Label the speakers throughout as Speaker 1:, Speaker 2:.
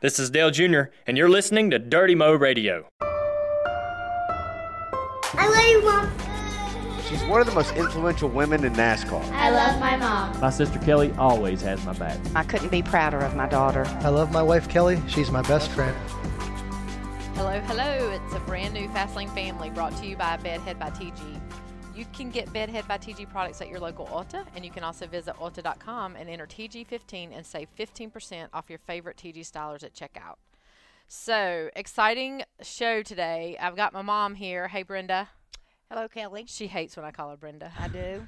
Speaker 1: This is Dale Jr., and you're listening to Dirty Mo Radio.
Speaker 2: I love you, Mom.
Speaker 3: She's one of the most influential women in NASCAR.
Speaker 2: I love my mom.
Speaker 4: My sister Kelly always has my back.
Speaker 5: I couldn't be prouder of my daughter.
Speaker 6: I love my wife Kelly. She's my best friend.
Speaker 7: Hello, hello. It's a brand new Fastlane family brought to you by Bedhead by TG. You can get Bedhead by TG products at your local Ulta, and you can also visit Ulta.com and enter TG15 and save 15% off your favorite TG stylers at checkout. So, exciting show today. I've got my mom here. Hey, Brenda.
Speaker 8: Hello, Kelly.
Speaker 7: She hates when I call her Brenda.
Speaker 8: I do.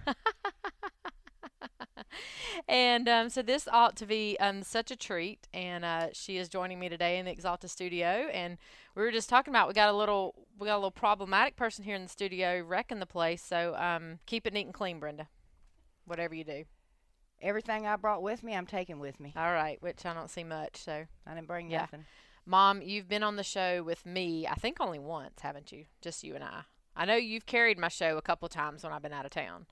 Speaker 7: And um, so this ought to be um, such a treat. And uh, she is joining me today in the Exalta studio. And we were just talking about we got a little we got a little problematic person here in the studio wrecking the place. So um, keep it neat and clean, Brenda. Whatever you do.
Speaker 8: Everything I brought with me, I'm taking with me.
Speaker 7: All right, which I don't see much. So,
Speaker 8: I didn't bring
Speaker 7: Yeah.
Speaker 8: nothing.
Speaker 7: Mom, you've been on the show with me. I think only once, haven't you? Just you and I. I know you've carried my show a couple times when I've been out of town.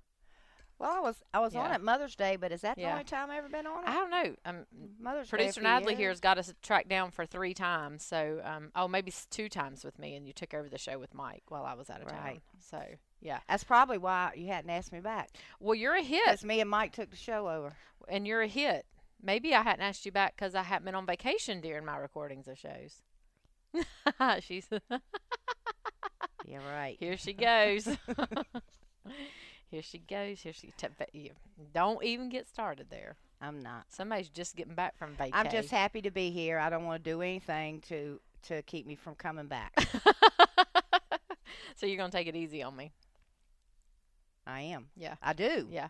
Speaker 8: Well, I was I was on
Speaker 7: Yeah.
Speaker 8: it Mother's Day, but is that the
Speaker 7: Yeah.
Speaker 8: only time I've ever been on it?
Speaker 7: I don't know. Um,
Speaker 8: Mother's Day.
Speaker 7: Producer
Speaker 8: a few
Speaker 7: Natalie here
Speaker 8: years.
Speaker 7: has got us tracked down for three times. So, um, oh, maybe s- two times with me, and you took over the show with Mike while I was out of
Speaker 8: Right.
Speaker 7: town. So, yeah.
Speaker 8: That's probably why you hadn't asked me back.
Speaker 7: Well, you're a hit,
Speaker 8: Because me and Mike took the show over.
Speaker 7: and you're a hit. Maybe I hadn't asked you back because I hadn't been on vacation during my recordings of shows. She's
Speaker 8: Yeah, right.
Speaker 7: here. She goes. here she goes. Here she. T- va- you- don't even get started there.
Speaker 8: I'm not.
Speaker 7: Somebody's just getting back from vacation.
Speaker 8: I'm just happy to be here. I don't want to do anything to to keep me from coming back.
Speaker 7: so you're gonna take it easy on me.
Speaker 8: I am.
Speaker 7: Yeah.
Speaker 8: I do.
Speaker 7: Yeah.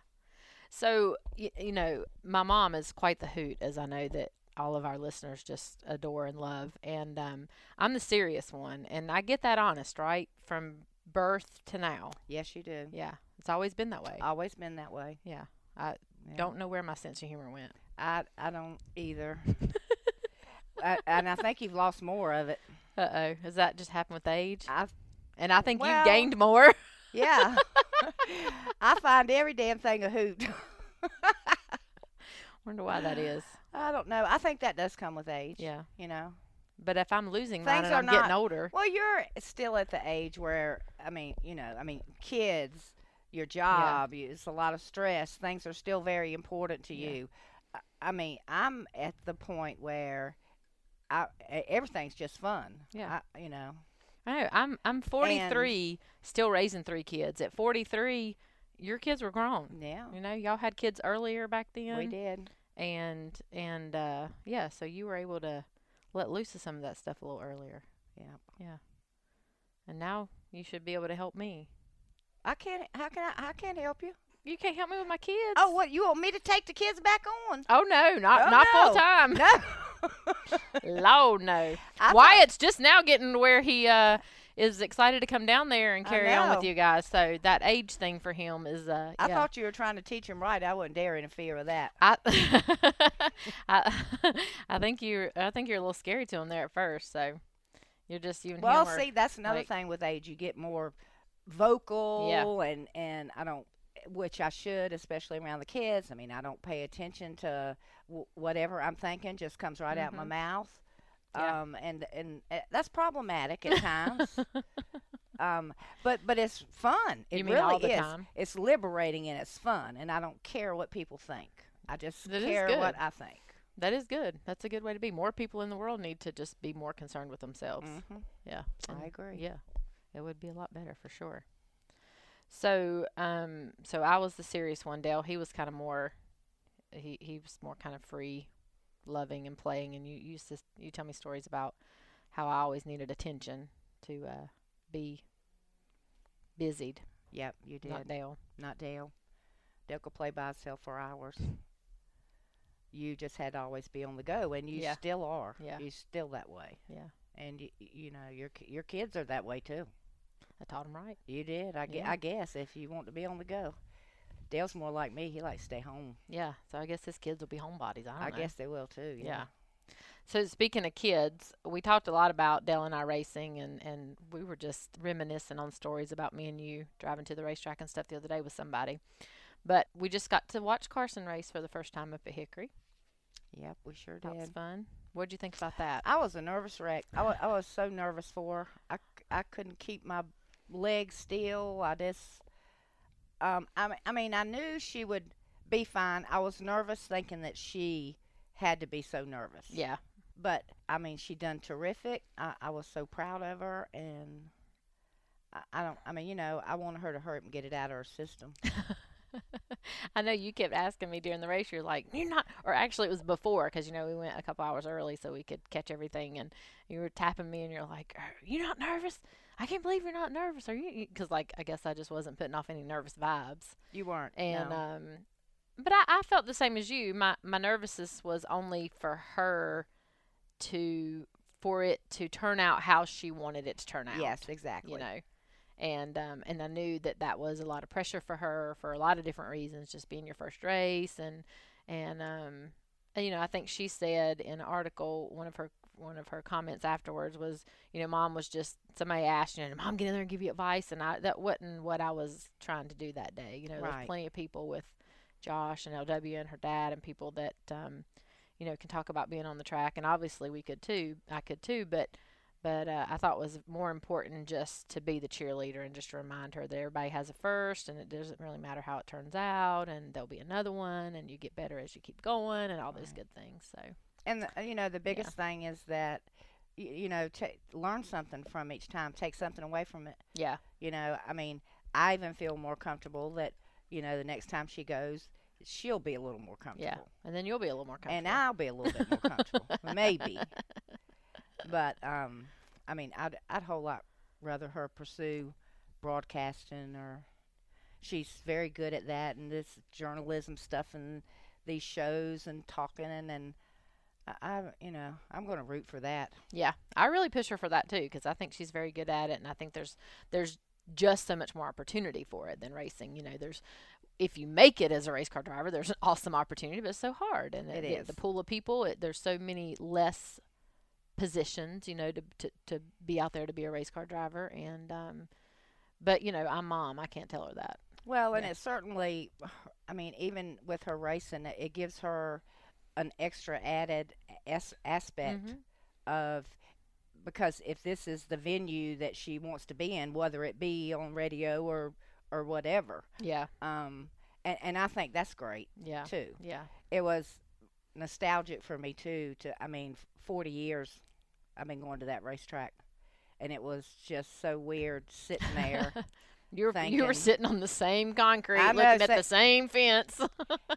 Speaker 7: So, you, you know, my mom is quite the hoot, as I know that all of our listeners just adore and love. And um, I'm the serious one. And I get that honest, right? From birth to now.
Speaker 8: Yes, you do.
Speaker 7: Yeah. It's always been that way.
Speaker 8: Always been that way.
Speaker 7: yeah. I
Speaker 8: Yeah.
Speaker 7: don't know where my sense of humor went.
Speaker 8: I I don't either. I, and I think you've lost more of it.
Speaker 7: Uh oh. Has that just happened with age?
Speaker 8: I've
Speaker 7: And I think
Speaker 8: Well-
Speaker 7: you gained more.
Speaker 8: Yeah. I find every damn thing a hoot.
Speaker 7: Wonder why that is.
Speaker 8: I don't know. I think that does come with age.
Speaker 7: Yeah.
Speaker 8: You know.
Speaker 7: But if I'm losing mine
Speaker 8: Things
Speaker 7: and
Speaker 8: are
Speaker 7: I'm getting
Speaker 8: not-
Speaker 7: older,
Speaker 8: Well, you're still at the age where I mean, you know, I mean, kids, your job, you it's a lot of stress. Things are still very important to
Speaker 7: Yeah.
Speaker 8: you. I, I mean, I'm at the point where I e- everything's just fun.
Speaker 7: Yeah.
Speaker 8: I, you know.
Speaker 7: I know. I'm I'm 43, still raising three kids. At 43, your kids were grown.
Speaker 8: Yeah.
Speaker 7: You know, y'all had kids earlier back then.
Speaker 8: We did.
Speaker 7: And and uh, yeah, so you were able to let loose of some of that stuff a little earlier.
Speaker 8: Yeah.
Speaker 7: And now you should be able to help me.
Speaker 8: I can't. How can I? I can't help you.
Speaker 7: You can't help me with my kids.
Speaker 8: Oh, what you want me to take the kids back on?
Speaker 7: Oh no, not
Speaker 8: Oh,
Speaker 7: not full
Speaker 8: no.
Speaker 7: time.
Speaker 8: No.
Speaker 7: Lord no.
Speaker 8: I
Speaker 7: Wyatt's just now getting to where he uh is excited to come down there and
Speaker 8: I
Speaker 7: carry on with
Speaker 8: know.
Speaker 7: you guys. So that age thing for him is uh
Speaker 8: I
Speaker 7: yeah.
Speaker 8: thought you were trying to teach him right. I wouldn't dare interfere with that.
Speaker 7: I, I, I think you, I think you're a little scary to him there at first. So you're just you and
Speaker 8: Well,
Speaker 7: him. are-
Speaker 8: see, that's another
Speaker 7: like-
Speaker 8: thing with age. You get more vocal, and and I don't, which I should, especially around the kids. I mean, I don't pay attention to w- whatever I'm thinking; just comes right out my mouth.
Speaker 7: Mm-hmm. Yeah.
Speaker 8: Um, and and uh, that's problematic at times. um, but but it's fun. It
Speaker 7: You mean
Speaker 8: really
Speaker 7: all the
Speaker 8: is.
Speaker 7: time?
Speaker 8: It's liberating and it's fun, and I don't care what people think. I just
Speaker 7: That is
Speaker 8: care what
Speaker 7: good.
Speaker 8: I think.
Speaker 7: that is good. That's a good way to be. More people in the world need to just be more concerned with themselves.
Speaker 8: Mhm.
Speaker 7: Yeah,
Speaker 8: I
Speaker 7: and
Speaker 8: agree.
Speaker 7: Yeah, it would be a lot better for sure. So, um, so I was the serious one. Dale, he was kind of more, he he was more kind of free, loving and playing. And you you used to s- you tell me stories about how I always needed attention to uh, be busied.
Speaker 8: Yep, you did.
Speaker 7: Not Dale.
Speaker 8: not Dale. Dale could play by himself for hours. You just had to always be on the go, and you
Speaker 7: Yeah.
Speaker 8: still are.
Speaker 7: Yeah.
Speaker 8: You're still that way.
Speaker 7: Yeah.
Speaker 8: And you, you know your ki- your kids are that way too.
Speaker 7: I taught him right.
Speaker 8: You did, I, gue-
Speaker 7: Yeah.
Speaker 8: I guess, if you want to be on the go. Dale's more like me. He likes to stay home.
Speaker 7: Yeah. So I guess his kids will be homebodies. I,
Speaker 8: I,
Speaker 7: don't know.
Speaker 8: guess they will too.
Speaker 7: Yeah. So speaking of kids, we talked a lot about Dale and I racing, and and we were just reminiscing on stories about me and you driving to the racetrack and stuff the other day with somebody. But we just got to watch Carson race for the first time up at Hickory.
Speaker 5: Yep, we sure
Speaker 7: That was
Speaker 5: did.
Speaker 7: fun. What'd you think about that?
Speaker 8: I was a nervous wreck. I wa- I was so nervous for. her. I, c- I couldn't keep my legs still. I just, um, I, me- I mean, I knew she would be fine. I was nervous thinking that she had to be so nervous.
Speaker 7: Yeah.
Speaker 8: But I mean, she done terrific. I, I was so proud of her, and I, I don't. I mean, you know, I wanted her to hurry up and get it out of her system.
Speaker 7: I know you kept asking me during the race. You're like, you're not, or actually, it was before because you know we went a couple hours early so we could catch everything. And you were tapping me, and you're like, "Are you not nervous? I can't believe you're not nervous. Are you? Because like, I guess I just wasn't putting off any nervous vibes.
Speaker 8: You weren't.
Speaker 7: And
Speaker 8: no.
Speaker 7: um, but I, I felt the same as you. My my nervousness was only for her to for it to turn out how she wanted it to turn out
Speaker 8: yes, exactly.
Speaker 7: you know and um, and I knew that that was a lot of pressure for her for a lot of different reasons just being your first race and and um and, you know I think she said in an article one of her one of her comments afterwards was you know mom was just somebody asked you know "Did mom get in there and give you advice and I that wasn't what I was trying to do that day you know
Speaker 8: Right.
Speaker 7: there's plenty of people with Josh and LW and her dad and people that um you know can talk about being on the track and obviously we could too I could too but but uh, I thought it was more important just to be the cheerleader and just to remind her that everybody has a first and it doesn't really matter how it turns out and there'll be another one and you get better as you keep going and all those good things. So
Speaker 8: And the, uh, you know, the biggest thing is that y- you know, ta learn something from each time, take something away from it.
Speaker 7: yeah,
Speaker 8: You know, I mean, I even feel more comfortable that you know the next time she goes, she'll be a little more comfortable,
Speaker 7: yeah, and then you'll be a little more
Speaker 8: and
Speaker 7: comfortable.
Speaker 8: I'll be a little bit more comfortable, maybe. But um, I mean, I'd I'd whole lot rather her pursue broadcasting or she's very good at that and this journalism stuff and these shows and talking and, and I, I you know I'm going to root for that.
Speaker 7: yeah, I really push her for that too because I think she's very good at it and I think there's there's just so much more opportunity for it than racing. You know, there's if you make it as a race car driver, there's an awesome opportunity, but it's so hard. And
Speaker 8: It
Speaker 7: the,
Speaker 8: is.
Speaker 7: the pool of people. It, there's so many less positions, you know, to, to to be out there to be a race car driver. And um, but you know, I'm mom. I can't tell her that.
Speaker 8: Well, and
Speaker 7: Yeah.
Speaker 8: it certainly, I mean, even with her racing, it- it gives her an extra added as- aspect
Speaker 7: Mhm.
Speaker 8: of because if this is the venue that she wants to be in, whether it be on radio or or whatever,
Speaker 7: Yeah,
Speaker 8: um, and, and I think that's great
Speaker 7: yeah,
Speaker 8: too.
Speaker 7: yeah,
Speaker 8: It was nostalgic for me too. To I mean, forty years I've been going to that racetrack, and it was just so weird sitting there.
Speaker 7: You were you
Speaker 8: Thinking.
Speaker 7: were sitting on the same concrete,
Speaker 8: I know,
Speaker 7: looking at
Speaker 8: sa-
Speaker 7: the same fence.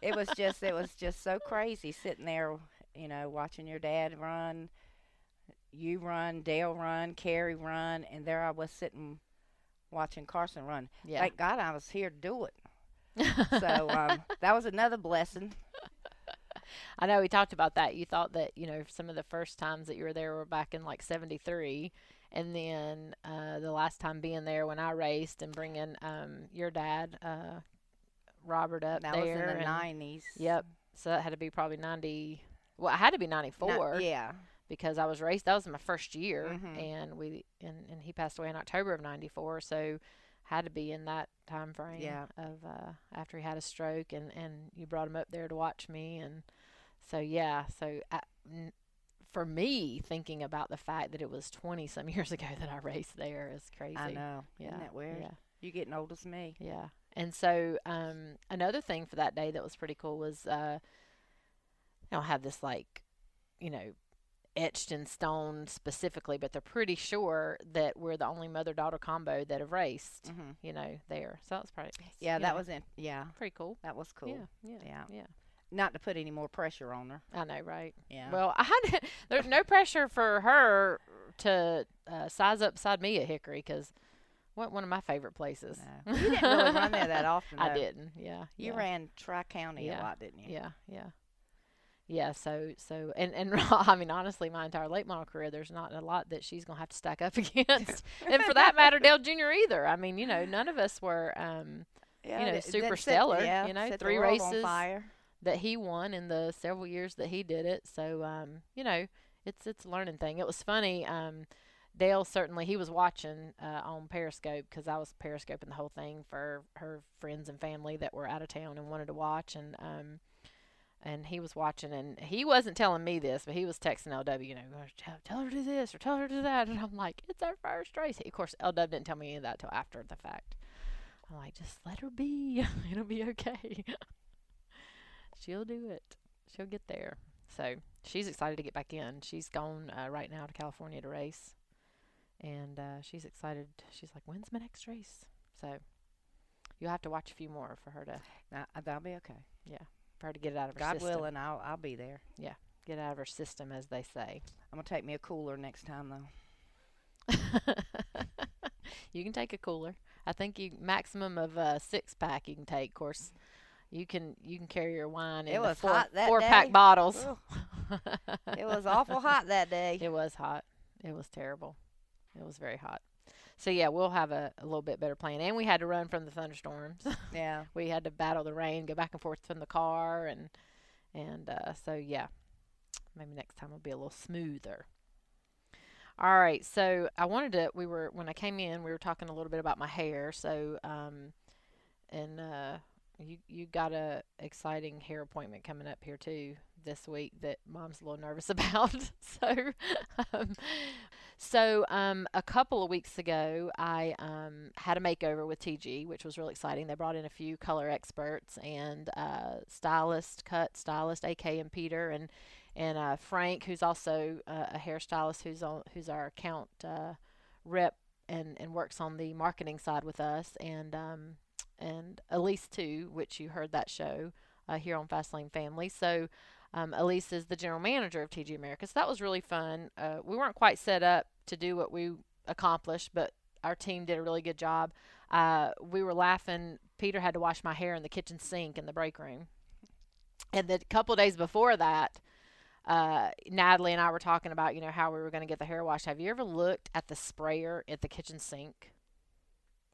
Speaker 8: it was just it was just so crazy sitting there, you know, watching your dad run, you run, Dale run, Carrie run, and there I was sitting watching Carson run.
Speaker 7: yeah,
Speaker 8: Thank God I was here to do it. so um, that was another blessing.
Speaker 7: I know we talked about that. You thought that you know some of the first times that you were there were back in like '73, and then uh, the last time being there when I raced and bringing um, your dad uh, Robert up
Speaker 8: That
Speaker 7: there.
Speaker 8: was in the
Speaker 7: and-
Speaker 8: nineties.
Speaker 7: Yep. So that had to be probably 90. Well, it had to be 94
Speaker 8: yeah.
Speaker 7: because I was raced. That was my first year,
Speaker 8: Mhm.
Speaker 7: and we and, and he passed away in October of '94. So had to be in that time frame
Speaker 8: Yeah.
Speaker 7: of uh, after he had a stroke, and and you brought him up there to watch me, and so yeah. So I, n- for me, thinking about the fact that it was 20 some years ago that I raced there is crazy.
Speaker 8: I know.
Speaker 7: Yeah.
Speaker 8: Isn't that weird?
Speaker 7: Yeah.
Speaker 8: You getting old as me.
Speaker 7: Yeah. And so um, another thing for that day that was pretty cool was uh, I don't have this like, you know, etched in stone specifically, but they're pretty sure that we're the only mother daughter combo that have raced,
Speaker 8: Mhm.
Speaker 7: you know, there. So that was probably it's,
Speaker 8: Yeah,
Speaker 7: you
Speaker 8: that
Speaker 7: know,
Speaker 8: was in. Yeah,
Speaker 7: pretty cool.
Speaker 8: that was cool.
Speaker 7: Yeah, yeah,
Speaker 8: Yeah.
Speaker 7: yeah.
Speaker 8: Not to put any more pressure on her.
Speaker 7: I know, right?
Speaker 8: Yeah.
Speaker 7: Well, I had there's no pressure for her to uh, size up beside me at Hickory because what one of my favorite places.
Speaker 8: No. you didn't really run there that often.
Speaker 7: I
Speaker 8: though.
Speaker 7: didn't. Yeah,
Speaker 8: You
Speaker 7: yeah.
Speaker 8: ran Tri County a
Speaker 7: Yeah.
Speaker 8: lot, didn't you?
Speaker 7: Yeah, yeah, yeah. So, so, and and I mean, honestly, my entire late model career, there's not a lot that she's gonna have to stack up against, and for that matter, Dale Jr. either. I mean, you know, none of us were um,
Speaker 8: Yeah,
Speaker 7: you know,
Speaker 8: that- that
Speaker 7: super
Speaker 8: set-
Speaker 7: stellar, you know,
Speaker 8: set the
Speaker 7: three
Speaker 8: world on
Speaker 7: races.
Speaker 8: fire.
Speaker 7: that he won in the several years that he did it. So, um, you know, it's it's a learning thing. It was funny. Um, Dale certainly he was watching uh, on Periscope because I was periscoping the whole thing for her friends and family that were out of town and wanted to watch and. Um, and he was watching, and he wasn't telling me this, but he was texting LW, you know, "Gosh, tell- tell her to do this or tell her to do that, and I'm like, it's our first race. Of course, LW didn't tell me any of that till after the fact. I'm like, just let her be. It'll be okay. She'll do it. She'll get there. So she's excited to get back in. She's gone uh, right now to California to race, and uh, she's excited. She's like, when's my next race? So you'll have to watch a few more for her to
Speaker 8: Now, that'll be okay.
Speaker 7: for her to get it out of her
Speaker 8: God
Speaker 7: system.
Speaker 8: willing, I'll I'll be there.
Speaker 7: Get it out of her system, as they say.
Speaker 8: I'm gonna take me a cooler next time though.
Speaker 7: you can take a cooler. I think you maximum of a six pack you can take. Of course, you can you can carry your wine
Speaker 8: It
Speaker 7: in the
Speaker 8: was
Speaker 7: four
Speaker 8: hot that
Speaker 7: four
Speaker 8: day.
Speaker 7: pack bottles.
Speaker 8: Ugh, it was awful hot that day.
Speaker 7: It was hot. It was terrible. It was very hot. So yeah, we'll have a, a little bit better plan. And we had to run from the thunderstorms.
Speaker 8: Yeah.
Speaker 7: we had to battle the rain, go back and forth from the car, and and uh, so yeah, maybe next time will be a little smoother. All right, so I wanted to. We were when I came in, we were talking a little bit about my hair. So um, and uh, you you got a exciting hair appointment coming up here too this week that mom's a little nervous about. so um, so, um, a couple of weeks ago, I um, had a makeover with TG, which was really exciting. They brought in a few color experts and uh, stylist, cut stylist, AK and Peter, and and uh, Frank, who's also uh, a hairstylist, who's on who's our account uh, rep and and works on the marketing side with us, and um, and Elise too, which you heard that show uh, here on Fastlane Family. So, um, Elise is the general manager of TG America. So that was really fun. Uh, we weren't quite set up to do what we accomplished, but our team did a really good job. Uh, we were laughing. Peter had to wash my hair in the kitchen sink in the break room. And the couple days before that, uh, Natalie and I were talking about, you know, how we were going to get the hair washed. Have you ever looked at the sprayer at the kitchen sink,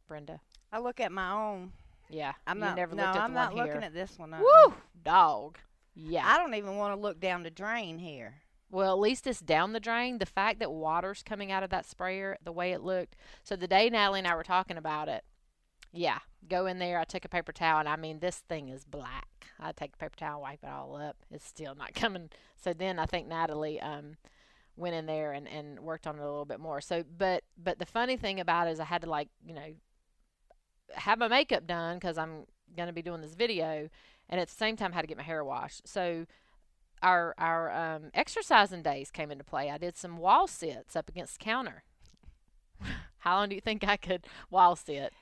Speaker 7: Brenda?
Speaker 8: I look at my own.
Speaker 7: Yeah,
Speaker 8: I'm
Speaker 7: you
Speaker 8: not.
Speaker 7: never
Speaker 8: no,
Speaker 7: looked at
Speaker 8: I'm
Speaker 7: the
Speaker 8: not
Speaker 7: one
Speaker 8: looking
Speaker 7: here.
Speaker 8: at this one. uh-uh.
Speaker 7: Woo, dog. Yeah,
Speaker 8: I don't even want to look down the drain here.
Speaker 7: Well, at least it's down the drain. The fact that water's coming out of that sprayer, the way it looked. So the day Natalie and I were talking about it, yeah, go in there. I took a paper towel, and I mean, this thing is black. I take a paper towel, wipe it all up. It's still not coming. So then I think Natalie um, went in there and, and worked on it a little bit more. So, but but the funny thing about it is I had to like you know have my makeup done because I'm gonna be doing this video, and at the same time had to get my hair washed. So our our um, exercising days came into play. I did some wall sits up against the counter. How long do you think I could wall sit?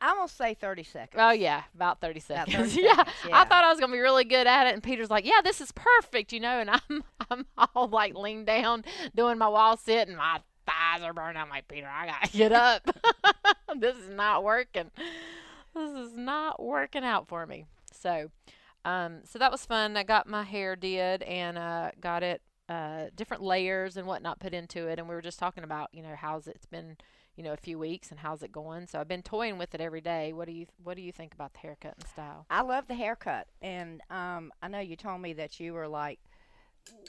Speaker 8: I'm gonna say 30 seconds.
Speaker 7: Oh yeah, about thirty
Speaker 8: About
Speaker 7: seconds.
Speaker 8: 30
Speaker 7: yeah.
Speaker 8: seconds,
Speaker 7: I
Speaker 8: yeah.
Speaker 7: thought I was gonna be really good at it, and Peter's like, "Yeah, this is perfect," you know, and I'm I'm all like leaned down doing my wall sit, and my thighs are burning. I'm like, Peter, I gotta get up. this is not working. This is not working out for me. So, um, so that was fun. I got my hair did and uh, got it uh, different layers and whatnot put into it, and we were just talking about you know how's it's been you know a few weeks and how's it going so i've been toying with it every day what do you what do you think about the haircut and style
Speaker 8: I love the haircut, and um, I know you told me that you were like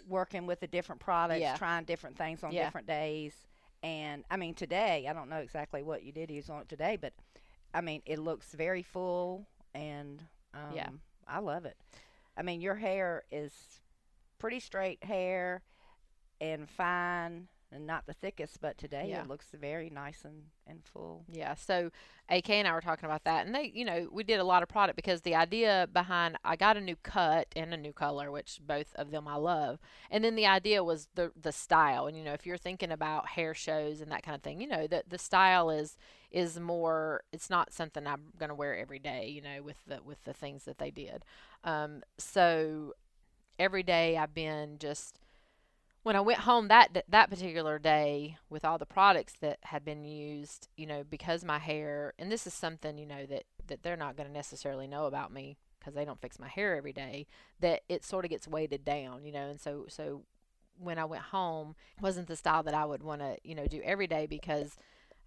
Speaker 8: working with the different products,
Speaker 7: Yeah.
Speaker 8: trying different things on
Speaker 7: Yeah.
Speaker 8: different days. And I mean, today I don't know exactly what you did use on it today, but I mean, it looks very full, and um,
Speaker 7: Yeah.
Speaker 8: I love it. I mean, your hair is pretty straight hair and fine, and not the thickest, but today
Speaker 7: Yeah.
Speaker 8: it looks very nice and, and full.
Speaker 7: yeah so ak and i were talking about that and they you know we did a lot of product because the idea behind i got a new cut and a new color which both of them i love and then the idea was the the style and you know if you're thinking about hair shows and that kind of thing you know the the style is is more it's not something i'm going to wear every day you know with the with the things that they did um so every day i've been just when I went home that d- that particular day with all the products that had been used, you know, because my hair and this is something you know that that they're not going to necessarily know about me because they don't fix my hair every day, that it sort of gets weighted down, you know, and so so when I went home wasn't the style that I would want to you know do every day because